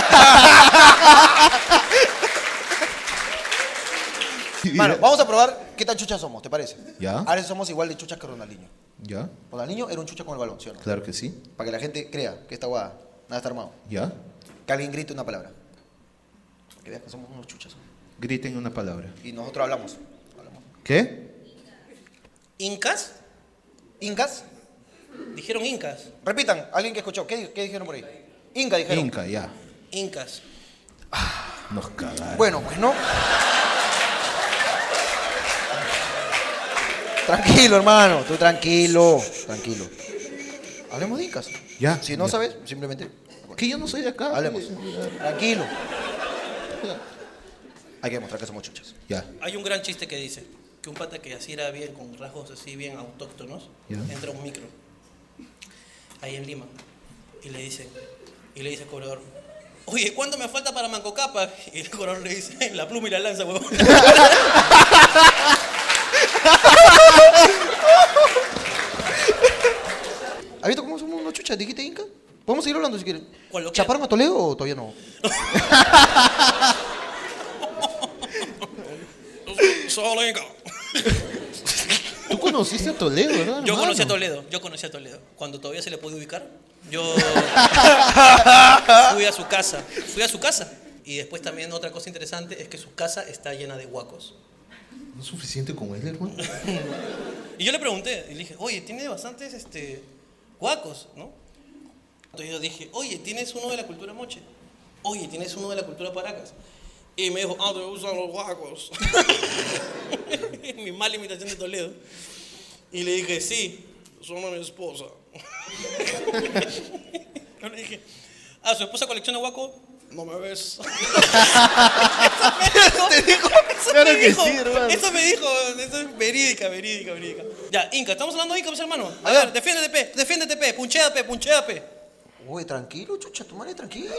[SPEAKER 1] Mano, vamos a probar qué tan chuchas somos, ¿te parece?
[SPEAKER 5] Ya.
[SPEAKER 1] A veces somos igual de chuchas que Ronaldinho.
[SPEAKER 5] ¿Ya?
[SPEAKER 1] Ronaldinho era un chucha con el balón, ¿sí o no?
[SPEAKER 5] Claro que sí.
[SPEAKER 1] Para que la gente crea que esta guada nada está armado.
[SPEAKER 5] ¿Ya?
[SPEAKER 1] Que alguien grite una palabra. Que veas que somos unos chuchas.
[SPEAKER 5] Griten una palabra.
[SPEAKER 1] Y nosotros hablamos. Hablamos.
[SPEAKER 5] ¿Qué?
[SPEAKER 4] ¿Incas?
[SPEAKER 1] ¿Incas?
[SPEAKER 4] Dijeron incas.
[SPEAKER 1] Repitan, alguien que escuchó. ¿Qué, di- qué dijeron por ahí? Inca dijeron.
[SPEAKER 5] Inca, ya.
[SPEAKER 4] Incas.
[SPEAKER 5] Nos cagaron.
[SPEAKER 1] Bueno, pues no. tranquilo, hermano. Tú tranquilo. Tranquilo. Hablemos de incas.
[SPEAKER 5] Ya,
[SPEAKER 1] Si no
[SPEAKER 5] ya.
[SPEAKER 1] sabes, simplemente.
[SPEAKER 5] Que yo no soy de acá.
[SPEAKER 1] Hablemos.
[SPEAKER 5] pues.
[SPEAKER 1] Tranquilo. Hay que demostrar que somos chuchas.
[SPEAKER 5] Ya.
[SPEAKER 4] Hay un gran chiste que dice que un pata que así era bien, con rasgos así bien autóctonos,
[SPEAKER 5] Ya.
[SPEAKER 4] entra a un micro, ahí en Lima, y le dice, y le dice al cobrador, oye, ¿cuánto me falta para Mancocapa? Y el cobrador le dice, la pluma y la lanza, huevón.
[SPEAKER 1] ¿Has visto cómo somos unos chuchas? ¿Dijiste Inca? Podemos seguir hablando si quieren.
[SPEAKER 4] Cuando quieran.
[SPEAKER 1] ¿Chaparon a Toledo o todavía no?
[SPEAKER 4] Solo Inca.
[SPEAKER 5] Tú conociste a Toledo, ¿verdad?
[SPEAKER 4] Yo
[SPEAKER 5] hermano?
[SPEAKER 4] conocí a Toledo, yo conocí a Toledo. Cuando todavía se le pude ubicar, yo fui a su casa, fui a su casa. Y después también otra cosa interesante es que su casa está llena de huacos.
[SPEAKER 5] ¿No es suficiente con él, (laughs) hermano?
[SPEAKER 4] Y yo le pregunté, y le dije, oye, tiene bastantes este, guacos, ¿no? Entonces yo dije, oye, ¿tienes uno de la cultura moche? Oye, ¿tienes uno de la cultura paracas? Y me dijo, ah, te usan los guacos. (laughs) Mi mala imitación de Toledo. Y le dije, sí, son mi esposa. (laughs) yo le dije, ah, ¿su esposa colecciona guaco? No me ves. (laughs) eso me dijo. Eso me dijo, eso
[SPEAKER 5] Claro
[SPEAKER 4] me
[SPEAKER 5] que
[SPEAKER 4] dijo,
[SPEAKER 5] sí, hermano.
[SPEAKER 4] Eso me dijo, eso es verídica, verídica, verídica. Ya, Inca, estamos hablando de Inca, pues, hermano. A, ver, defiéndete, pe, defiéndete, pe, punchea, pe, punchea, pe.
[SPEAKER 1] Uy, tranquilo, chucha, tu madre, tranquilo.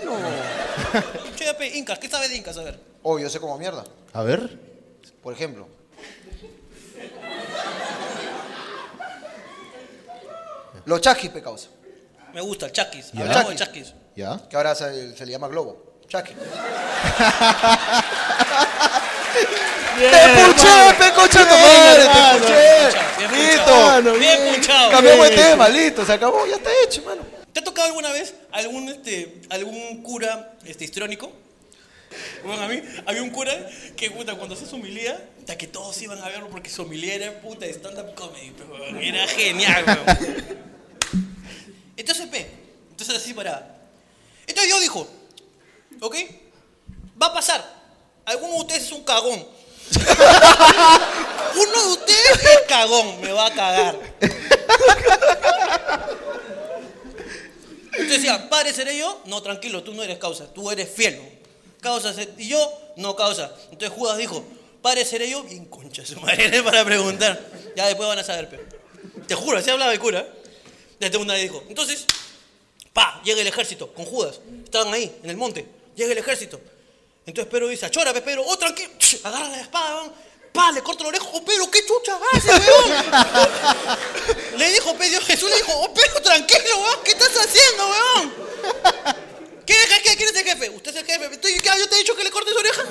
[SPEAKER 4] Punchea, pe, Inca, ¿qué sabes de Incas? A ver.
[SPEAKER 1] Oh, yo sé como mierda.
[SPEAKER 5] A ver.
[SPEAKER 1] Por ejemplo. Los chasquis, pecados.
[SPEAKER 4] Me gusta el chasquis.
[SPEAKER 5] Ya.
[SPEAKER 4] Hablamos de chasquis.
[SPEAKER 5] ¿Ya?
[SPEAKER 1] Que ahora se, se le llama globo. Chasquis.
[SPEAKER 5] ¡Te
[SPEAKER 8] ¡Puché, pecocha, tu madre!
[SPEAKER 5] hermano.
[SPEAKER 8] ¡Te puché!
[SPEAKER 4] Bien
[SPEAKER 8] ¡Listo!
[SPEAKER 4] punchado. Bien punchado.
[SPEAKER 8] Cambiamos de tema, listo, se acabó, ya está hecho, mano.
[SPEAKER 4] ¿Te ha tocado alguna vez algún, este, algún cura este, histrónico? Bueno, a mí había un cura que puta, cuando se humilía, hasta que todos iban a verlo porque su humilía era puta de stand-up comedy. pe, weón. Era genial, weón. Entonces, pe, entonces así paraba. Entonces Dios dijo, ¿ok? Va a pasar. Alguno de ustedes es un cagón. (laughs) Uno de ustedes es cagón, me va a cagar. Entonces decía, padre seré yo, no, tranquilo, tú no eres causa, tú eres fiel. Causa, se- y yo, no causa. Entonces Judas dijo, padre seré yo, bien concha su madre, (laughs) era para preguntar. Ya después van a saber, pero. Te juro, así hablaba el cura. La segunda vez dijo, entonces, pa, llega el ejército con Judas. Estaban ahí, en el monte, llega el ejército. Entonces Pedro dice, achora, pe, Pedro, oh, tranquilo, agarra la espada, weón. Pa, le corta la oreja, oh, Pedro, qué chucha haces, weón. Le dijo Pedro, Jesús le dijo, oh, pero tranquilo, weón, ¿qué estás haciendo, weón? (laughs) ¿Quién es, qué- quién es el jefe? Usted es el jefe. Estoy- ¿qué? ¿Yo te he dicho que le cortes oreja?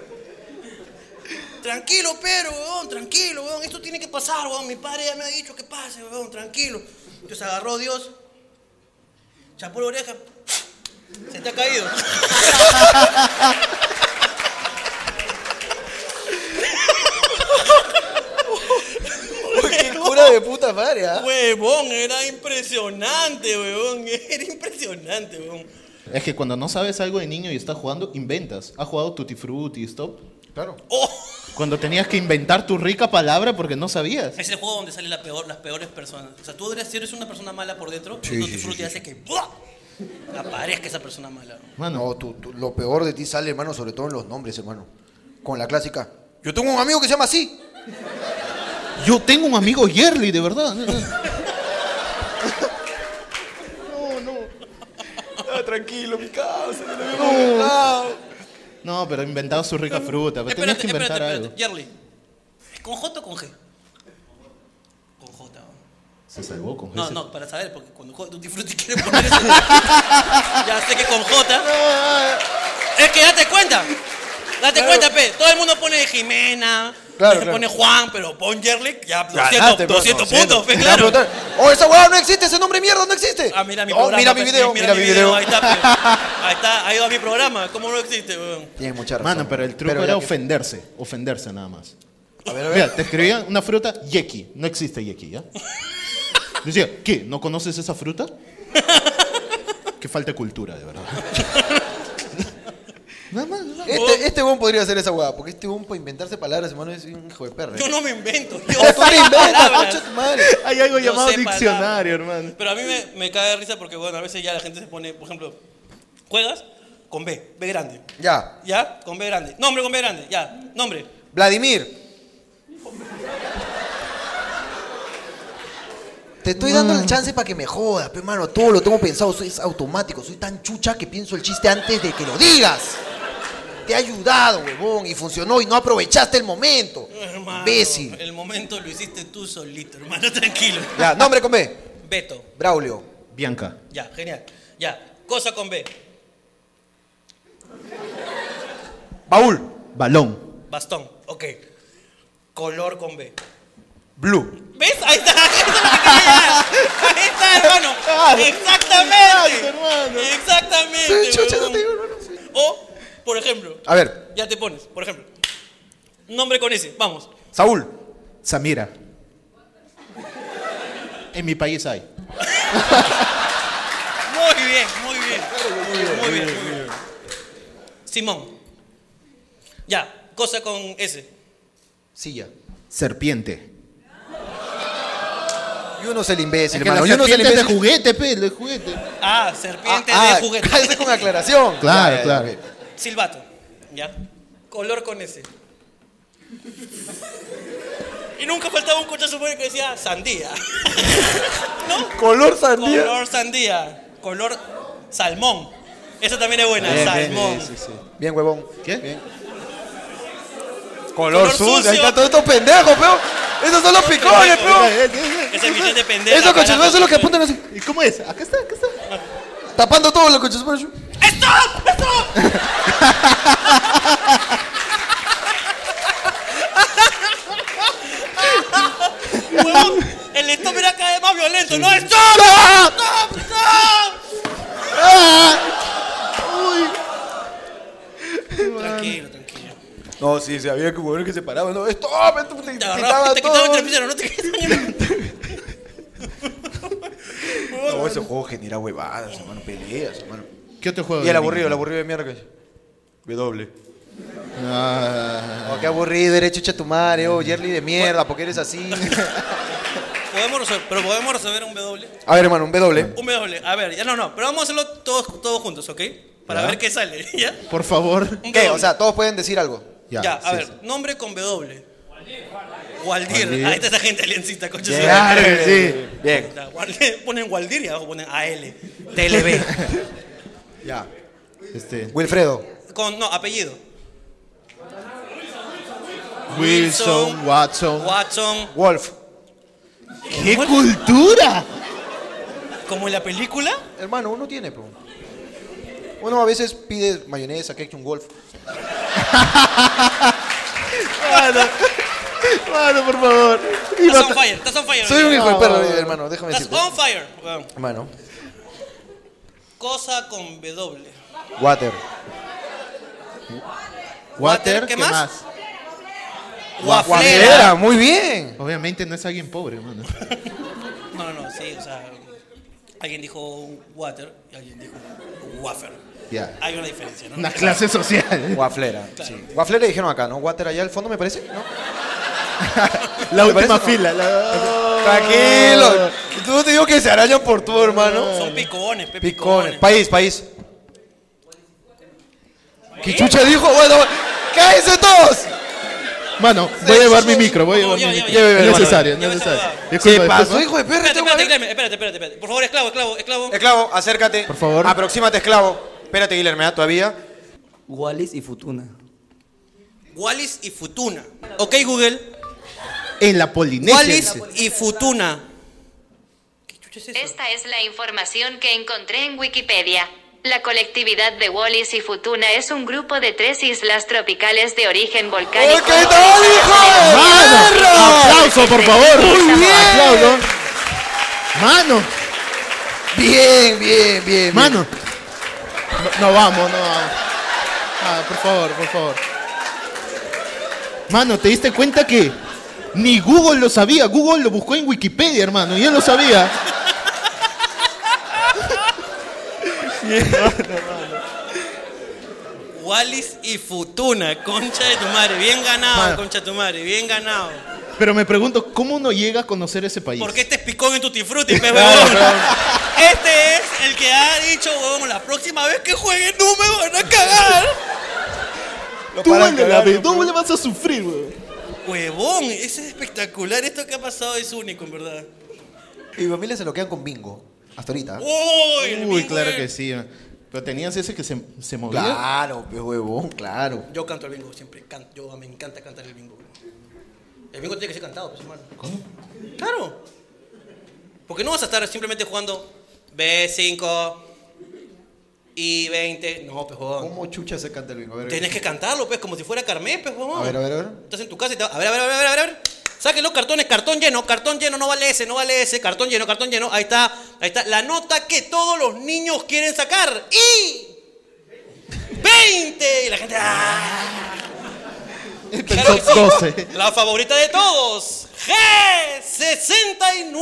[SPEAKER 4] (laughs) tranquilo, Pedro, weón, tranquilo, weón. Esto tiene que pasar, weón. Mi padre ya me ha dicho que pase, weón, tranquilo. Entonces agarró Dios, chapó la oreja, se te ha caído.
[SPEAKER 8] ¡Qué cura de puta madre, ah!
[SPEAKER 4] (laughs) Huevón, era impresionante, weón. (laughs) Era impresionante, weón.
[SPEAKER 2] Es que cuando no sabes algo de niño y estás jugando, inventas. ¿Has jugado Tutti Frutti, Stop? Claro.
[SPEAKER 4] Oh.
[SPEAKER 2] Cuando tenías que inventar tu rica palabra porque no sabías.
[SPEAKER 4] Es el juego donde salen la peor, las peores personas. O sea, tú eres, si eres una persona mala por dentro, tú no te hace que ¡buah! aparezca esa persona mala.
[SPEAKER 2] Mano,
[SPEAKER 1] No, tú- tú- lo peor de ti sale, hermano, sobre todo en los nombres, hermano. Con la clásica. Yo tengo un amigo que se llama así.
[SPEAKER 2] yo tengo un amigo Yerly, de
[SPEAKER 5] (laughs)
[SPEAKER 2] verdad. No, no.
[SPEAKER 11] Ah, tranquilo, mi causa, yo lo había comentado.
[SPEAKER 2] No, pero inventaba su rica fruta. Pero tenías que inventar algo.
[SPEAKER 4] Yerly. ¿Es ¿Con J o con G? Con J. ¿no?
[SPEAKER 2] Se salvó con
[SPEAKER 4] No,
[SPEAKER 2] ese-
[SPEAKER 4] no, para saber, porque cuando juega Tutti Frutti quiere poner eso. (laughs) ya sé que con J. Es que date cuenta. Date cuenta, pe. Todo el mundo pone Jimena.
[SPEAKER 1] Claro,
[SPEAKER 4] se
[SPEAKER 1] claro.
[SPEAKER 4] pone Juan, pero pon Yerlik, ya 200,
[SPEAKER 1] Ganaste, pues.
[SPEAKER 2] pues,
[SPEAKER 4] 200
[SPEAKER 1] hermano,
[SPEAKER 4] puntos, pe,
[SPEAKER 1] Te van a
[SPEAKER 4] claro.
[SPEAKER 1] preguntar, Oh, esa hueá no existe, ese nombre de mierda no existe.
[SPEAKER 4] Ah, mira mi
[SPEAKER 1] Oh,
[SPEAKER 4] programa.
[SPEAKER 1] Mira mi
[SPEAKER 4] pe,
[SPEAKER 1] video, mira, mi video.
[SPEAKER 4] Ahí
[SPEAKER 1] (laughs)
[SPEAKER 4] está, pe. ahí está, ahí va mi programa. ¿Cómo no existe, weón?
[SPEAKER 1] Tienes mucha razón.
[SPEAKER 2] Mano, pero el truco
[SPEAKER 1] ya
[SPEAKER 2] era
[SPEAKER 1] que-
[SPEAKER 2] ofenderse. Ofenderse nada más.
[SPEAKER 1] A ver, a ver.
[SPEAKER 2] Mira, te escribían una fruta yeki. No existe yeki, ¿ya? Decía, ¿qué? ¿No conoces esa fruta? Que falta de cultura, de verdad. Nada más, nada más.
[SPEAKER 1] Este, este huevón podría hacer esa hueá, porque este huevón para inventarse palabras, hermano, es un hijo de perra.
[SPEAKER 4] Yo no me invento. Yo
[SPEAKER 1] Oh, tú
[SPEAKER 4] sé
[SPEAKER 1] te inventas,
[SPEAKER 4] (laughs) palabras.
[SPEAKER 1] concha tu madre.
[SPEAKER 2] Hay algo
[SPEAKER 4] Yo
[SPEAKER 2] llamado
[SPEAKER 4] sé
[SPEAKER 2] diccionario,
[SPEAKER 4] palabras.
[SPEAKER 2] hermano.
[SPEAKER 4] Pero a mí me, me cae de risa porque, bueno, a veces ya la gente se pone, por ejemplo, juegas con B, B grande.
[SPEAKER 1] Ya.
[SPEAKER 4] ¿Ya? Con B grande. Nombre con B grande. Ya. Nombre.
[SPEAKER 1] Vladimir. Te estoy dando el chance para que me jodas, pero hermano, todo lo tengo pensado, soy es automático, soy tan chucha que pienso el chiste antes de que lo digas. Te ha ayudado, huevón, y funcionó y no aprovechaste el momento.
[SPEAKER 4] Eh, Hermano,
[SPEAKER 1] Imbécil.
[SPEAKER 4] El momento lo hiciste tú solito, hermano. (laughs) Tranquilo.
[SPEAKER 1] Ya, nombre con B.
[SPEAKER 4] Beto.
[SPEAKER 1] Braulio.
[SPEAKER 2] Bianca.
[SPEAKER 4] Ya. Genial. Ya. Cosa con B.
[SPEAKER 1] Baúl.
[SPEAKER 2] Balón.
[SPEAKER 4] Bastón. Ok. Color con B.
[SPEAKER 1] Blue.
[SPEAKER 4] ¿Ves? Ahí está. (laughs) Ahí está, lo que quería llegar. Ahí está, hermano. Exactamente. Exactamente. huevón. O, por ejemplo,
[SPEAKER 1] A ver,
[SPEAKER 4] ya te pones, por ejemplo. Nombre con ese, vamos.
[SPEAKER 1] Saúl.
[SPEAKER 2] Samira. En mi país hay.
[SPEAKER 4] Muy bien, muy bien. Muy bien, muy bien. Simón. Ya, cosa con S.
[SPEAKER 1] Silla.
[SPEAKER 5] Serpiente.
[SPEAKER 1] Y uno es el imbécil,
[SPEAKER 2] Es que la
[SPEAKER 1] hermano. Y uno es el
[SPEAKER 2] serpiente es de
[SPEAKER 1] imbécil.
[SPEAKER 2] juguete, pe, de juguete.
[SPEAKER 4] Ah, serpiente
[SPEAKER 1] Ah,
[SPEAKER 4] de (laughs) juguete.
[SPEAKER 1] cállate con aclaración.
[SPEAKER 5] Claro,
[SPEAKER 1] Ya, ya,
[SPEAKER 5] claro.
[SPEAKER 1] ok.
[SPEAKER 4] Silbato. ¿Ya? Color con S. Y nunca faltaba un coche supongo que decía sandía. (laughs) ¿No?
[SPEAKER 8] Color sandía.
[SPEAKER 4] Color sandía. Color salmón. Eso también es buena.
[SPEAKER 8] Bien, bien,
[SPEAKER 4] salmón.
[SPEAKER 8] Bien, huevón.
[SPEAKER 2] ¿Qué?
[SPEAKER 8] Color,
[SPEAKER 4] Color
[SPEAKER 8] sucio.
[SPEAKER 4] sucio.
[SPEAKER 8] Ahí están todos estos pendejos, peo. Esos son los picones, peo.
[SPEAKER 4] Ese bichete de pendeja.
[SPEAKER 8] Esos coches
[SPEAKER 4] carajo.
[SPEAKER 8] son los que apuntan así.
[SPEAKER 5] eh, ¿Y cómo es? Acá está, acá está.
[SPEAKER 8] Tapando todos los coches. por eso.
[SPEAKER 4] ¡Stop! ¡Stop! Huevón, el stop era cada vez más violento. ¡No, stop! ¡Stop! ¡Stop! Tranquilo, tranquilo.
[SPEAKER 8] No, sí, se había que huevones que se paraban. No, stop, esto te
[SPEAKER 4] Te
[SPEAKER 8] quitaba
[SPEAKER 4] agarraba, te quitaba
[SPEAKER 8] todo.
[SPEAKER 4] entre pisaron, no te quedas
[SPEAKER 8] No, ese juego genera huevadas, hermano, peleas, hermano.
[SPEAKER 5] ¿Qué otro juego?
[SPEAKER 8] Y el
[SPEAKER 5] de
[SPEAKER 8] aburrido, el
[SPEAKER 5] niños?
[SPEAKER 8] aburrido de mierda que es. W.
[SPEAKER 5] Ah,
[SPEAKER 1] Oh, qué aburrido, derecho hecho tu madre, oh, Jerly de mierda, porque eres así.
[SPEAKER 4] Podemos resolver, pero podemos resolver un W.
[SPEAKER 8] A ver, hermano, un W.
[SPEAKER 4] Un W. A ver, ya no, no. Pero vamos a hacerlo todos, todos juntos, ¿ok? Para ver qué sale. (laughs) ¿Ya?
[SPEAKER 5] por favor.
[SPEAKER 4] Un
[SPEAKER 1] ¿Qué?
[SPEAKER 4] W.
[SPEAKER 1] O sea, todos pueden decir algo.
[SPEAKER 4] Ya, a
[SPEAKER 5] sí,
[SPEAKER 4] ver,
[SPEAKER 5] sí.
[SPEAKER 4] nombre con W. Waldir. Waldir. Ahí está esa gente aliencita, coche. su
[SPEAKER 5] Claro
[SPEAKER 4] madre.
[SPEAKER 5] que sí.
[SPEAKER 8] Bien.
[SPEAKER 4] Ya, Waldir- Ponen Waldir y abajo ponen AL. TLB.
[SPEAKER 5] Ya.
[SPEAKER 2] Este,
[SPEAKER 1] Wilfredo.
[SPEAKER 4] con, no, apellido.
[SPEAKER 5] Wilson, Watson.
[SPEAKER 4] Watson.
[SPEAKER 8] Wolf.
[SPEAKER 5] ¡Qué cultura!
[SPEAKER 4] Como en la película.
[SPEAKER 1] Hermano, uno tiene, pero. Uno a veces pide mayonesa, ketchup, golf.
[SPEAKER 5] Mano, mano, por favor. Y
[SPEAKER 4] Estás
[SPEAKER 5] no
[SPEAKER 4] on
[SPEAKER 5] ta-
[SPEAKER 4] fire, estás on fire.
[SPEAKER 1] Soy un
[SPEAKER 4] amigo.
[SPEAKER 1] hijo de perro, hermano, déjame
[SPEAKER 4] Estás
[SPEAKER 1] decirte.
[SPEAKER 4] on fire. Bueno,
[SPEAKER 1] Hermano,
[SPEAKER 4] cosa con W.
[SPEAKER 1] water.
[SPEAKER 5] Water,
[SPEAKER 4] ¿qué
[SPEAKER 5] ¿qué
[SPEAKER 4] más?
[SPEAKER 5] más?
[SPEAKER 4] Waflera.
[SPEAKER 1] Era, muy bien.
[SPEAKER 5] Obviamente no es alguien pobre, mano.
[SPEAKER 4] No, no, no, sí, o sea. Alguien dijo water y alguien dijo wafer.
[SPEAKER 5] Ya.
[SPEAKER 4] Hay una diferencia, ¿no?
[SPEAKER 5] Una clase social.
[SPEAKER 1] Waflera. Sí. Waflera dijeron acá, ¿no? Water allá al fondo, me parece. ¿No?
[SPEAKER 5] La
[SPEAKER 1] parece
[SPEAKER 5] última
[SPEAKER 1] como-
[SPEAKER 5] fila. la-
[SPEAKER 11] Eh.
[SPEAKER 8] Tranquilo. Tú te digo que se arañan por todo, hermano.
[SPEAKER 4] Son picones, pe,
[SPEAKER 8] Picones.
[SPEAKER 4] picones.
[SPEAKER 8] País, país. ¿Qué chucha dijo? Bueno, cállense todos.
[SPEAKER 5] Mano, voy a llevar mi micro, voy a
[SPEAKER 4] No, lleva,
[SPEAKER 5] llevar mi
[SPEAKER 4] lleva,
[SPEAKER 5] micro.
[SPEAKER 4] lleva,
[SPEAKER 5] Es
[SPEAKER 4] lleva,
[SPEAKER 5] necesario, es
[SPEAKER 4] lleva, lleva,
[SPEAKER 5] necesario.
[SPEAKER 4] lleva.
[SPEAKER 5] Disculpa,
[SPEAKER 8] ¿Qué pasó,
[SPEAKER 5] disculpa.
[SPEAKER 8] hijo de perra?
[SPEAKER 4] Espérate,
[SPEAKER 8] Tengo
[SPEAKER 4] espérate,
[SPEAKER 8] que-
[SPEAKER 4] espérate, espérate, espérate, espérate. Por favor, esclavo, esclavo, esclavo.
[SPEAKER 5] Eh.
[SPEAKER 8] Esclavo, acércate.
[SPEAKER 5] Por favor.
[SPEAKER 8] Aproxímate, esclavo. Espérate, Guillermo, ¿ah? todavía.
[SPEAKER 11] Wallis y Futuna.
[SPEAKER 4] Wallis y Futuna. Ok, Google.
[SPEAKER 5] En la Polinesia.
[SPEAKER 4] Wallis
[SPEAKER 5] dice.
[SPEAKER 4] y Futuna. ¿Qué chucha es eso?
[SPEAKER 10] Esta es la información que encontré en Wikipedia. La colectividad de Wallis y Futuna es un grupo de tres islas tropicales de origen volcánico.
[SPEAKER 8] ¡Qué tal, hijo!
[SPEAKER 5] ¡Mano!
[SPEAKER 10] ¡Perro!
[SPEAKER 5] ¡Aplauso, por favor!
[SPEAKER 10] Muy bien.
[SPEAKER 5] ¡Aplauso! ¡Mano!
[SPEAKER 1] Bien, bien, bien.
[SPEAKER 5] ¡Mano! No, no vamos, no vamos. Ah, por favor, por favor. Mano, ¿te diste cuenta que ni Google lo sabía? Google lo buscó en Wikipedia, hermano, y él lo sabía.
[SPEAKER 4] Wallis y Futuna. Concha de tu madre. Bien ganado,
[SPEAKER 5] Mano.
[SPEAKER 4] concha de tu madre. Bien ganado.
[SPEAKER 5] Pero me pregunto, ¿cómo uno llega a conocer ese país?
[SPEAKER 4] Porque este es picón en Tutti
[SPEAKER 5] (laughs)
[SPEAKER 4] Frutti, pe, huevón. Este es el que ha dicho, huevón, la próxima vez que jueguen no me van a cagar.
[SPEAKER 5] Tú vuelve la vez, tú le vas a sufrir, weón.
[SPEAKER 4] Huevón, ese es espectacular. Esto que ha pasado es único, en verdad.
[SPEAKER 1] Y mi familia se lo quedan con bingo. Hasta ahorita.
[SPEAKER 4] Uh, Uy, el
[SPEAKER 5] Uy,
[SPEAKER 4] bingo,
[SPEAKER 5] claro
[SPEAKER 4] eh.
[SPEAKER 5] que sí. man. Pero tenías ese que se, se movía.
[SPEAKER 1] Claro, pues huevón, claro.
[SPEAKER 4] Yo canto el bingo siempre. can- yo ah, me encanta cantar el bingo. El bingo tiene que ser cantado, pues, hermano. ¿Cómo? Claro. Porque no vas a estar simplemente jugando B5 y 20. No, pues, jodón.
[SPEAKER 1] ¿Cómo chucha se canta el bingo? A ver,
[SPEAKER 4] Tienes que cantarlo, pues, como si fuera Carmé, pues, jodón.
[SPEAKER 1] a ver, a ver. A ver.
[SPEAKER 4] Estás en tu casa y te va- A ver, a ver, a ver, a ver, a ver. Saquen los cartones, cartón lleno, cartón lleno, no vale ese, no vale ese, cartón lleno, cartón lleno. Ahí está, ahí está. La nota que todos los niños quieren sacar. ¡Y! ¡20! Y la gente. ¡ah! Claro que sí.
[SPEAKER 5] 12.
[SPEAKER 4] La favorita de
[SPEAKER 11] (laughs)
[SPEAKER 4] todos. G69.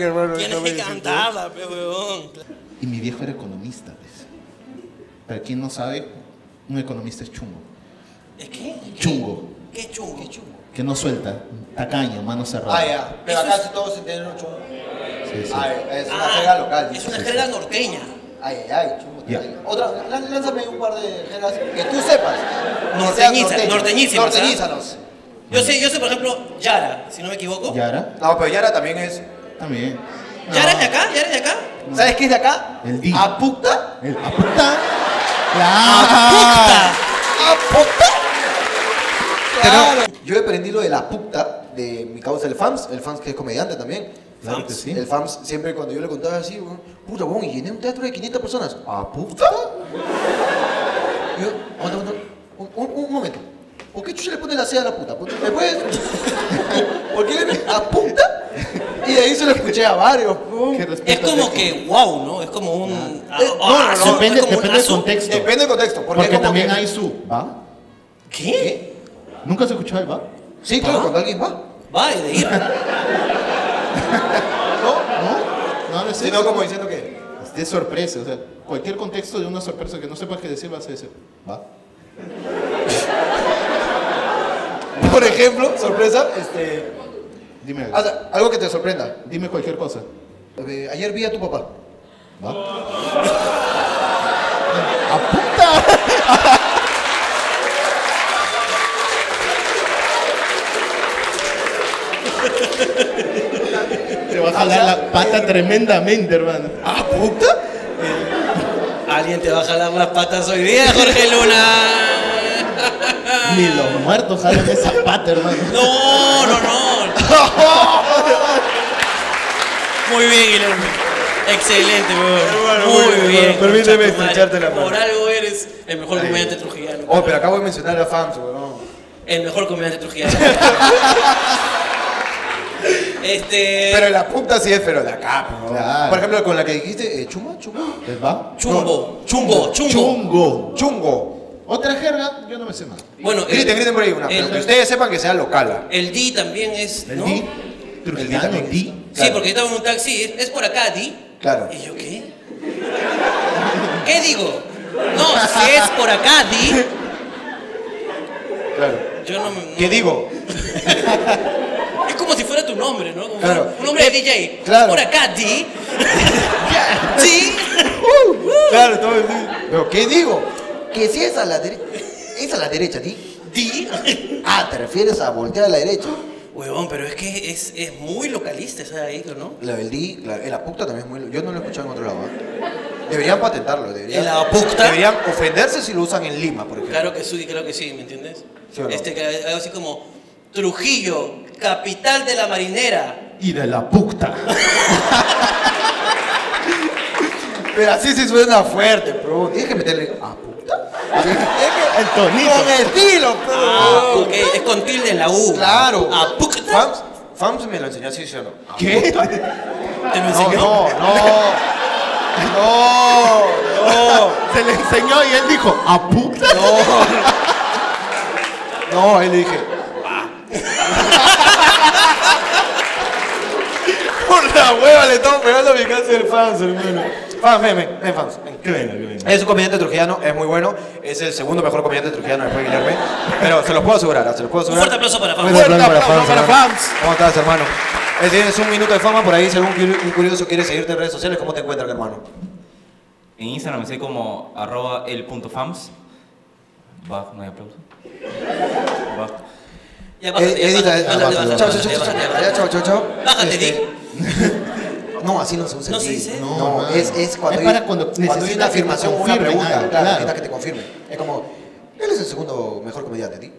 [SPEAKER 8] hermano.
[SPEAKER 4] Tienes
[SPEAKER 8] déjame
[SPEAKER 4] que
[SPEAKER 8] decirte.
[SPEAKER 4] cantarla, pe, huevón.
[SPEAKER 2] Y mi viejo era economista, pues. Para quien no sabe, un economista es chungo.
[SPEAKER 4] ¿Es qué?
[SPEAKER 2] Chungo.
[SPEAKER 4] ¿Qué chungo? ¿Qué chungo?
[SPEAKER 2] Que no suelta, tacaño, mano cerrada.
[SPEAKER 11] Ah, ya. Pero acá todos entienden chungo.
[SPEAKER 2] Sí, sí.
[SPEAKER 11] Ah, es una jerga local.
[SPEAKER 4] Es una jerga norteña.
[SPEAKER 11] Ay, ay, ay, chungo.
[SPEAKER 2] Ya.
[SPEAKER 11] ay. Otra, lán- lánzame un par de jergas que tú sepas. Que sean
[SPEAKER 4] Norteñiza-
[SPEAKER 11] norteñas.
[SPEAKER 4] norteñísimas, ¿ah?
[SPEAKER 11] Norteñízanos.
[SPEAKER 4] Yo sé, yo sé, por ejemplo, Yara, si no me equivoco.
[SPEAKER 2] Yara,
[SPEAKER 11] No, pero Yara también es.
[SPEAKER 2] también.
[SPEAKER 4] ¿Yara es de acá? ¿Yara es de acá?
[SPEAKER 11] ¿Sabes qué es de acá?
[SPEAKER 2] El D.
[SPEAKER 11] Apucta.
[SPEAKER 2] El apunta.
[SPEAKER 4] ¡Puta!
[SPEAKER 11] ¡Apucta! Yo aprendí lo de la puta de mi causa el FAMS, el FAMS que es comediante también.
[SPEAKER 2] Claro que sí.
[SPEAKER 11] El FAMS siempre cuando yo le contaba así, weón, puta, weón, y llené un teatro de 500 personas. ¿A puta? Y yo, aguanta, aguanta, un, un- un momento. ¿Por qué chucha le pone la C a la puta? ¿Por, ¿Me puedes? (laughs) ¿Por qué le a puta? Y de ahí se lo escuché a varios. weón.
[SPEAKER 2] Qué
[SPEAKER 4] Es
[SPEAKER 2] respeto
[SPEAKER 4] como
[SPEAKER 2] al viejo.
[SPEAKER 4] que wow, ¿no? Es como un. ah,
[SPEAKER 11] Eh,
[SPEAKER 4] ah,
[SPEAKER 11] no, no, no,
[SPEAKER 4] azul, es
[SPEAKER 2] Depende,
[SPEAKER 4] como un
[SPEAKER 2] depende del
[SPEAKER 4] azul.
[SPEAKER 2] contexto.
[SPEAKER 11] Depende del contexto. Porque,
[SPEAKER 2] Porque
[SPEAKER 11] como
[SPEAKER 2] también
[SPEAKER 11] que-
[SPEAKER 2] hay su va.
[SPEAKER 4] ¿Qué?
[SPEAKER 2] ¿Nunca has escuchado el va?
[SPEAKER 11] Sí, claro, cuando alguien va.
[SPEAKER 4] Va, y de ir. (laughs)
[SPEAKER 2] No, no, no es
[SPEAKER 11] Si no,
[SPEAKER 2] eso.
[SPEAKER 11] como diciendo que...
[SPEAKER 2] Es de sorpresa, o sea, cualquier contexto de una sorpresa que no sepas qué decir vas a decir va.
[SPEAKER 11] Por ejemplo, sorpresa, este,
[SPEAKER 2] Dime, Ah, algo.
[SPEAKER 11] haz algo que te sorprenda.
[SPEAKER 2] dime cualquier cosa.
[SPEAKER 11] Eh, ayer vi a tu papá.
[SPEAKER 2] Va. Te va a
[SPEAKER 5] Ah,
[SPEAKER 2] jalar la pata tremendamente, hermano.
[SPEAKER 11] ¿A puta?
[SPEAKER 4] Alguien te va a jalar las patas hoy día, Jorge Luna.
[SPEAKER 2] Ni los muertos jalan esa pata, hermano.
[SPEAKER 4] No, no, no.
[SPEAKER 11] (laughs)
[SPEAKER 4] Muy bien, Guillermo. Excelente, weón. Muy
[SPEAKER 11] muy bien,
[SPEAKER 4] bien.
[SPEAKER 11] hermano.
[SPEAKER 4] concha
[SPEAKER 11] Permíteme
[SPEAKER 4] tu madre.
[SPEAKER 11] estrecharte la mano.
[SPEAKER 4] Por algo eres el mejor comediante trujillano.
[SPEAKER 11] Oh, pero acabo de mencionar a fans, weón.
[SPEAKER 4] El mejor comediante
[SPEAKER 11] (laughs)
[SPEAKER 4] trujillano.
[SPEAKER 8] Eh.
[SPEAKER 4] este.
[SPEAKER 11] Pero la puta sí es, pero la capa, ¿no?
[SPEAKER 2] Claro.
[SPEAKER 11] Por ejemplo, con la que dijiste, eh, chuma, chuma.
[SPEAKER 2] ¿Les va?
[SPEAKER 4] Chumbo, chumbo, chumbo.
[SPEAKER 2] Chungo.
[SPEAKER 11] Chungo.
[SPEAKER 2] Otra jerga, yo no me sé más.
[SPEAKER 4] Bueno, el-
[SPEAKER 11] Griten, griten por ahí una. pero
[SPEAKER 4] el-
[SPEAKER 11] que ustedes sepan que sea ah, locala.
[SPEAKER 4] El D también es.
[SPEAKER 2] El
[SPEAKER 4] ¿no?
[SPEAKER 2] di, trujillano,
[SPEAKER 11] El di
[SPEAKER 2] di.
[SPEAKER 4] Sí, porque yo estaba en un taxi, es, es por acá, Di.
[SPEAKER 11] Claro.
[SPEAKER 4] ¿Y yo qué? ¿Qué digo? No, si es por acá, Di.
[SPEAKER 11] Claro.
[SPEAKER 4] Yo no me.
[SPEAKER 11] ¿Qué digo?
[SPEAKER 4] Es como si fuera tu nombre, ¿no? Como
[SPEAKER 11] Claro.
[SPEAKER 4] fuera Un nombre de DJ.
[SPEAKER 11] claro.
[SPEAKER 4] Por acá, Di. Sí.
[SPEAKER 11] Claro, todo el (laughs) Pero ¿qué digo?
[SPEAKER 1] Que si es a la derecha. Es a la derecha, ¿ti?
[SPEAKER 4] Di.
[SPEAKER 1] Ah, te refieres a voltear a la derecha.
[SPEAKER 4] (laughs) Huevón, pero es que es, es muy localista esa ahí, ¿no?
[SPEAKER 11] La del D, claro, el apucta también es muy. lo- Yo no lo he escuchado en otro lado. ¿eh? Deberían patentarlo, deberían.
[SPEAKER 4] El apucta.
[SPEAKER 11] Deberían ofenderse si lo usan en Lima, por ejemplo.
[SPEAKER 4] Claro que sí, claro que sí, ¿me entiendes?
[SPEAKER 11] Sí, ¿o no?
[SPEAKER 4] Este, que algo así como Trujillo, capital de la marinera.
[SPEAKER 2] Y de la puta.
[SPEAKER 11] Pero así sí suena fuerte, pero Tienes que meterle a puta. Tienes que-
[SPEAKER 2] El tonito.
[SPEAKER 11] Con estilo, pero.
[SPEAKER 4] Ah, ok, es con tilde en la U. Ah,
[SPEAKER 11] Claro.
[SPEAKER 4] Apucta.
[SPEAKER 11] Fams, Fams me lo enseñó así, ¿sí o no?
[SPEAKER 2] ¿Qué?
[SPEAKER 4] Te lo
[SPEAKER 11] No,
[SPEAKER 4] enseñó.
[SPEAKER 11] no, no. No, no,
[SPEAKER 2] Se le enseñó y él dijo, ¿a puta?
[SPEAKER 11] no. No, ahí le dije. (laughs) Por la hueva le estamos pegando a mi casa del fans, hermano. Fans, ven, ven, ven, fans. ven.
[SPEAKER 2] Que venga, que venga.
[SPEAKER 11] Es un comediante trujillano, es muy bueno. Es el segundo mejor comediante trujillano después de Guillermo. Pero se los puedo asegurar, ah, se los puedo
[SPEAKER 4] Un
[SPEAKER 11] asegurar.
[SPEAKER 4] fuerte aplauso para
[SPEAKER 11] Un
[SPEAKER 4] Fabio.
[SPEAKER 11] fuerte aplauso
[SPEAKER 2] Fans,
[SPEAKER 11] para
[SPEAKER 2] hermano.
[SPEAKER 11] fans. ¿Cómo estás, hermano? Eh, Tienes un minuto de fama por ahí. Si algún curi- un curioso quiere seguirte en redes sociales, ¿cómo te encuentran, hermano?
[SPEAKER 12] En Instagram estoy como arroba el punto fams. Va, no hay aplauso. Va.
[SPEAKER 4] Ya
[SPEAKER 11] Eh,
[SPEAKER 4] bájate, ya bájate,
[SPEAKER 11] edita, eh,
[SPEAKER 4] bájate,
[SPEAKER 11] ah,
[SPEAKER 4] bájate,
[SPEAKER 11] Chao,
[SPEAKER 4] bájate,
[SPEAKER 11] chao, chao,
[SPEAKER 4] bájate,
[SPEAKER 11] chao, chao,
[SPEAKER 4] bájate.
[SPEAKER 11] ya, chao, chao, Este. chao.
[SPEAKER 4] Bájate, Di.
[SPEAKER 11] No, así no se usa.
[SPEAKER 4] No
[SPEAKER 11] el
[SPEAKER 4] se
[SPEAKER 11] sí.
[SPEAKER 4] dice.
[SPEAKER 11] No,
[SPEAKER 2] No, mano.
[SPEAKER 11] es, es cuando
[SPEAKER 2] Es para cuando
[SPEAKER 11] hay
[SPEAKER 2] necesitas
[SPEAKER 11] una
[SPEAKER 2] que te
[SPEAKER 11] afirmación o una
[SPEAKER 2] confirmen
[SPEAKER 11] pregunta.
[SPEAKER 2] algo,
[SPEAKER 11] claro,
[SPEAKER 2] claro.
[SPEAKER 11] necesitas que te confirme. Es como, él es el segundo mejor comediante, ¿tí?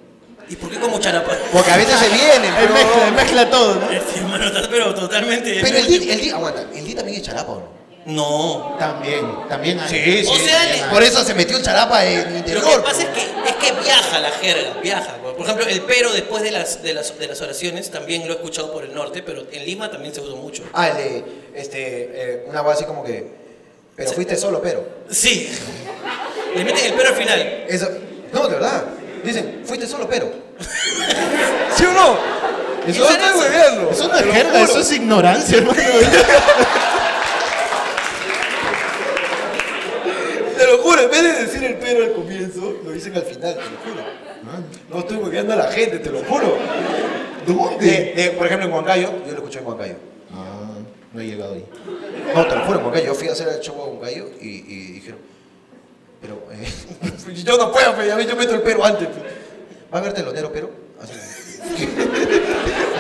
[SPEAKER 4] ¿Y por qué como pues? charapa?
[SPEAKER 11] Porque a veces
[SPEAKER 4] (laughs)
[SPEAKER 11] se vienen,
[SPEAKER 2] Él
[SPEAKER 11] pero...
[SPEAKER 2] mezcla, él mezcla todo, ¿no?
[SPEAKER 4] Este hermano estás pero totalmente.
[SPEAKER 11] Pero el D, el D, aguanta, el D también es charapa, ¿o ¿no?
[SPEAKER 4] No.
[SPEAKER 2] También, también hay.
[SPEAKER 11] Sí,
[SPEAKER 4] O
[SPEAKER 11] sí.
[SPEAKER 4] sea, le-
[SPEAKER 11] Por eso se metió charapa en el
[SPEAKER 4] Lo
[SPEAKER 11] interior.
[SPEAKER 4] que pasa es
[SPEAKER 11] pero-
[SPEAKER 4] que, es que viaja la jerga, viaja. Por ejemplo, el pero después de las, de, las, de las oraciones también lo he escuchado por el norte, pero en Lima también se usa mucho.
[SPEAKER 11] Ah, el de, este, eh, una voz así como que... Pero fuiste solo, pero...
[SPEAKER 4] Sí. Le meten el pero al final.
[SPEAKER 11] Eso... No, de verdad. Dicen, fuiste solo, pero... (laughs) ¿Sí o no?
[SPEAKER 2] Eso, eso no es jerga, eso es ignorancia, hermano.
[SPEAKER 11] Te lo juro, en vez de decir el pero al comienzo, lo dicen al final, te lo juro. No estoy hueveando a la gente, te lo juro. ¿Dónde? por ejemplo, en Huancayo, yo lo escuché en Huancayo.
[SPEAKER 2] Ah, no he llegado ahí.
[SPEAKER 11] No, te lo juro, en Huancayo. Yo fui a hacer el show a Huancayo y, y dijeron, pero eh, (laughs) yo no puedo, pe, ya ves, yo meto el pero antes. pe. Va a haber telonero, pero. Así.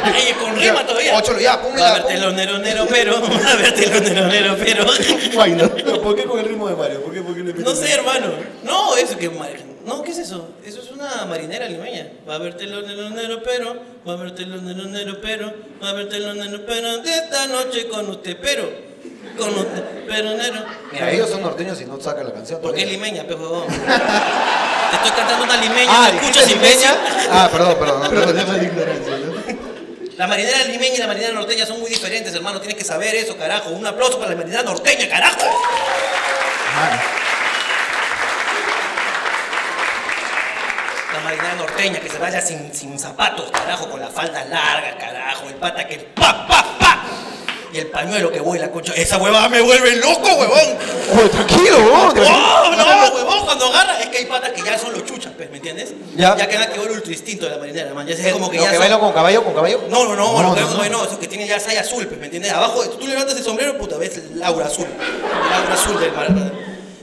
[SPEAKER 4] Ay, con rima todavía.
[SPEAKER 11] Ocho, ya, ponme
[SPEAKER 4] A
[SPEAKER 11] la-
[SPEAKER 4] ver, telonero, nero, pero. (laughs) A ver, telonero, nero, pero.
[SPEAKER 2] Guay, ¿no?
[SPEAKER 11] Pero, (laughs) ¿Por qué con el ritmo de Mario? ¿Por qué, por qué le
[SPEAKER 4] No sé, hermano. No, eso que. mar- No, ¿qué es eso? Eso es una marinera limeña. Va a haber telonero, nero, pero. Va a haber telonero, nero, pero. Va a haber telonero, pero. De esta noche con usted, pero. Con usted, pero, nero.
[SPEAKER 11] Mira, ellos son norteños y no sacan la canción.
[SPEAKER 4] Porque es
[SPEAKER 11] todavía.
[SPEAKER 4] limeña, pe
[SPEAKER 11] (laughs)
[SPEAKER 4] huevón. Te estoy cantando una limeña,
[SPEAKER 11] Ah,
[SPEAKER 4] ¿me
[SPEAKER 11] ¿dijiste
[SPEAKER 4] escuchas imbécil?
[SPEAKER 11] limeña? Ah, perdón, perdón. perdón.
[SPEAKER 4] La marinera limeña y la marinera norteña son muy diferentes, hermano. Tienes que saber eso, carajo. Un aplauso para la marinera norteña, carajo. La marinera norteña que se vaya sin, sin zapatos, carajo, con la falda larga, carajo. El pata que pa, pa, pa. Y el pañuelo que vuela, concha. Esa huevada me vuelve loco, huevón.
[SPEAKER 2] (laughs)
[SPEAKER 11] Oye, tranquilo, huevón, tranquilo.
[SPEAKER 4] ¡Oh, no, huevón! Cuando agarra, es que hay patas que ya son los chuchas, pues, ¿me entiendes?
[SPEAKER 11] Ya.
[SPEAKER 4] Ya que han activado el ultra instinto de la marinera, man. Ya es como que
[SPEAKER 11] Lo
[SPEAKER 4] ya
[SPEAKER 11] que
[SPEAKER 4] son-
[SPEAKER 11] bailo con caballo, con caballo.
[SPEAKER 4] No, no, no, no,
[SPEAKER 11] No,
[SPEAKER 4] no,
[SPEAKER 11] no,
[SPEAKER 4] no, esos que tienen ya saya azul, pues, ¿me entiendes? Abajo, tú levantas el sombrero, puta, ves el aura azul, el aura azul del mar.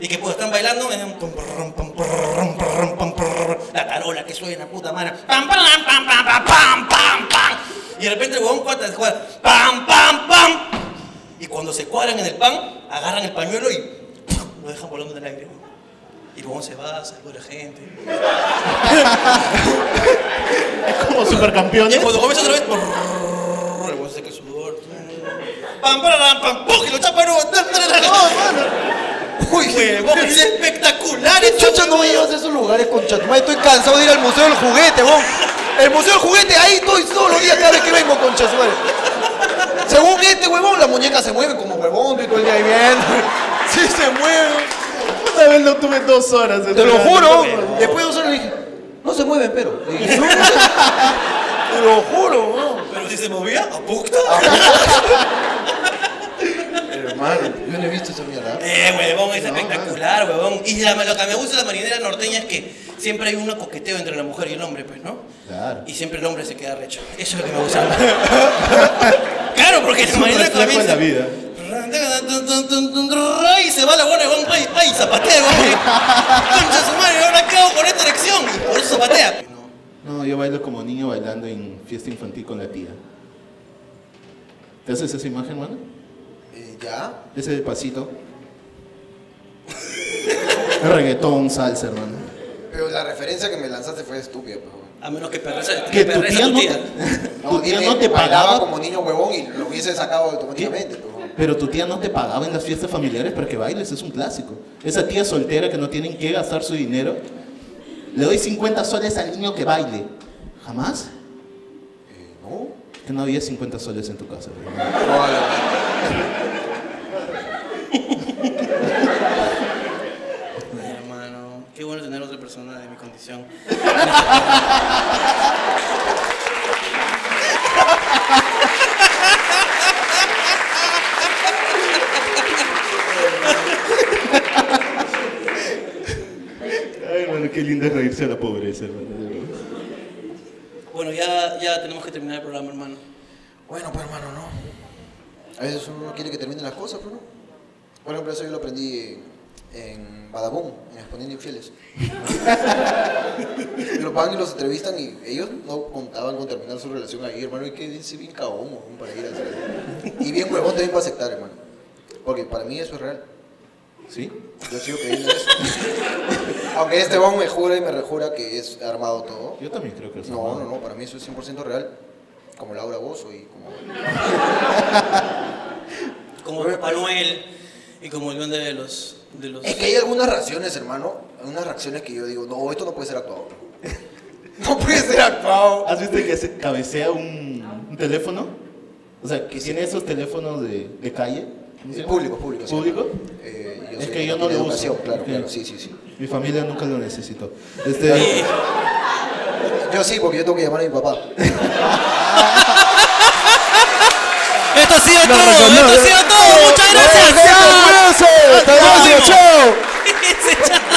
[SPEAKER 4] Y que pues están bailando, es un pum, prrrrum, pum, prrrrum, prrrrum, pum, prrrrum, la tarola que suena, puta mano, pam, pam, pam, pam, pam, pam, pam, pam. Y de repente el huevón cuata se cuadra, pam, pam, pam. Y cuando se cuadran en el pan, agarran el pañuelo y ¡pum! lo dejan volando en el aire. huevón. Y el huevón se va, saluda a la gente.
[SPEAKER 2] Como
[SPEAKER 4] Y
[SPEAKER 5] ¿Eh?
[SPEAKER 2] supercampeones.
[SPEAKER 4] cuando comienza otra vez, brrrr, el huevón se saca el sudor. Pam, pararam, pam, pum, y lo chapa de (laughs) nuevo. Tan, tan, tan, tan. Uy,
[SPEAKER 11] (laughs)
[SPEAKER 4] huevón, es espectacular.
[SPEAKER 11] ¿Qué chucha no me llevas a esos lugares con chatumay? Estoy cansado de ir al Museo del Juguete, vos. El Museo del Juguete, ahí estoy solo los días cada vez que vengo con chatumay. Según este huevón, las muñecas se mueven como huevón, estoy todo el día ahí viendo. (laughs) Sí se mueven.
[SPEAKER 2] Una vez lo tuve dos horas.
[SPEAKER 11] Te lo juro. Después de dos horas le dije, no se mueven, pero. Le (laughs) dije, "No, no se- Te lo juro, huevón.
[SPEAKER 4] Pero si se movía, a puta.
[SPEAKER 11] Hermano, yo no he visto esa mierda.
[SPEAKER 4] Eh, huevón, es espectacular, huevón. Y la- lo que me gusta de la marinera norteña es que siempre hay un coqueteo entre la mujer y el hombre, pues, ¿no?
[SPEAKER 2] Claro.
[SPEAKER 4] Y siempre el hombre se queda recho. Eso es lo que me
[SPEAKER 2] (laughs)
[SPEAKER 4] gusta. claro, porque la
[SPEAKER 2] un
[SPEAKER 4] marinera
[SPEAKER 2] reflejo
[SPEAKER 4] comienza.
[SPEAKER 2] de la vida.
[SPEAKER 4] Y se va la buena, huevón, ay, ay, zapatea,
[SPEAKER 2] (laughs)
[SPEAKER 4] huevón. Concha su madre, ahora qué hago con esta erección. Y por eso zapatea.
[SPEAKER 2] No, yo bailo como niño bailando en fiesta infantil con la tía. ¿Te haces esa imagen, hermano?
[SPEAKER 11] Eh, ¿Ya?
[SPEAKER 2] Ese pasito. Reggaetón, salsa, hermano.
[SPEAKER 11] Pero la referencia que me lanzaste fue estúpida, huevón.
[SPEAKER 4] A menos que perreza,
[SPEAKER 2] Que
[SPEAKER 4] que
[SPEAKER 2] tu
[SPEAKER 4] perreza
[SPEAKER 2] tía
[SPEAKER 4] tu
[SPEAKER 2] no
[SPEAKER 4] tía.
[SPEAKER 2] te, (laughs)
[SPEAKER 11] No,
[SPEAKER 2] tu tía
[SPEAKER 11] dime,
[SPEAKER 2] no te
[SPEAKER 11] bailaba
[SPEAKER 2] pagaba.
[SPEAKER 11] como niño huevón y lo hubiese sacado automáticamente. pues, pero-
[SPEAKER 2] Pero tu tía no te pagaba en las fiestas familiares para que bailes, es un clásico. Esa tía soltera que no tienen que gastar su dinero, le doy 50 soles al niño que baile. ¿Jamás?
[SPEAKER 11] Eh, ¿No?
[SPEAKER 2] Que no había 50 soles en tu casa. güey.
[SPEAKER 11] Probablemente.
[SPEAKER 4] Ay, hermano, qué bueno tener otra persona de mi condición.
[SPEAKER 2] Ay, hermano, qué lindo es reírse a la pobreza, hermano.
[SPEAKER 4] Bueno, ya, ya tenemos que terminar el programa, hermano.
[SPEAKER 11] Bueno, pues hermano, no. A veces uno no quiere que terminen las cosas, pero no. Por ejemplo, eso yo lo aprendí en Badabun, en Exponiendo Infieles. (laughs) Y lo pagan y los entrevistan y ellos no contaban con terminar su relación ahí, hermano. Y que dice bien cabón, huevón, para ir a hacer eso. Y bien huevón también para aceptar, hermano. Porque para mí eso es real.
[SPEAKER 2] ¿Sí?
[SPEAKER 11] Yo sigo creyendo en eso. (laughs) Aunque este bon me jura y me rejura que es armado todo.
[SPEAKER 2] Yo también creo que es
[SPEAKER 11] No,
[SPEAKER 2] hermano.
[SPEAKER 11] no, no, para mí eso es 100% real. Como Laura Bozo y como.
[SPEAKER 4] Como Papá
[SPEAKER 2] pues.
[SPEAKER 4] Noel y como el duende de los... De los...
[SPEAKER 11] Es que hay algunas reacciones, hermano. Unas reacciones que yo digo, no, esto no puede ser actuado. (laughs) No puede ser actuado.
[SPEAKER 2] ¿Has visto que se cabecea un, un teléfono? O sea, que tiene esos teléfonos de, de calle. ¿Cómo se
[SPEAKER 11] Eh,
[SPEAKER 2] llama?
[SPEAKER 11] Público, público. sí.
[SPEAKER 2] ¿Público?
[SPEAKER 11] Eh,
[SPEAKER 2] Es
[SPEAKER 11] sé
[SPEAKER 2] que yo no
[SPEAKER 11] tiene
[SPEAKER 2] lo
[SPEAKER 11] educación,
[SPEAKER 2] uso.
[SPEAKER 11] Claro,
[SPEAKER 2] Ok.
[SPEAKER 11] claro, sí, sí, sí.
[SPEAKER 2] Mi familia nunca lo necesitó. Este,
[SPEAKER 11] Yo sí, porque yo tengo que llamar a mi papá.
[SPEAKER 1] Esto ha sido
[SPEAKER 2] Nos
[SPEAKER 1] todo, esto ha
[SPEAKER 2] reconoce.
[SPEAKER 1] sido todo. Muchas gracias.
[SPEAKER 2] Cuídense,
[SPEAKER 1] Chao.
[SPEAKER 2] cuídense. Hasta
[SPEAKER 1] Hasta
[SPEAKER 2] luego,
[SPEAKER 1] próximo.
[SPEAKER 2] chao.
[SPEAKER 1] Chao.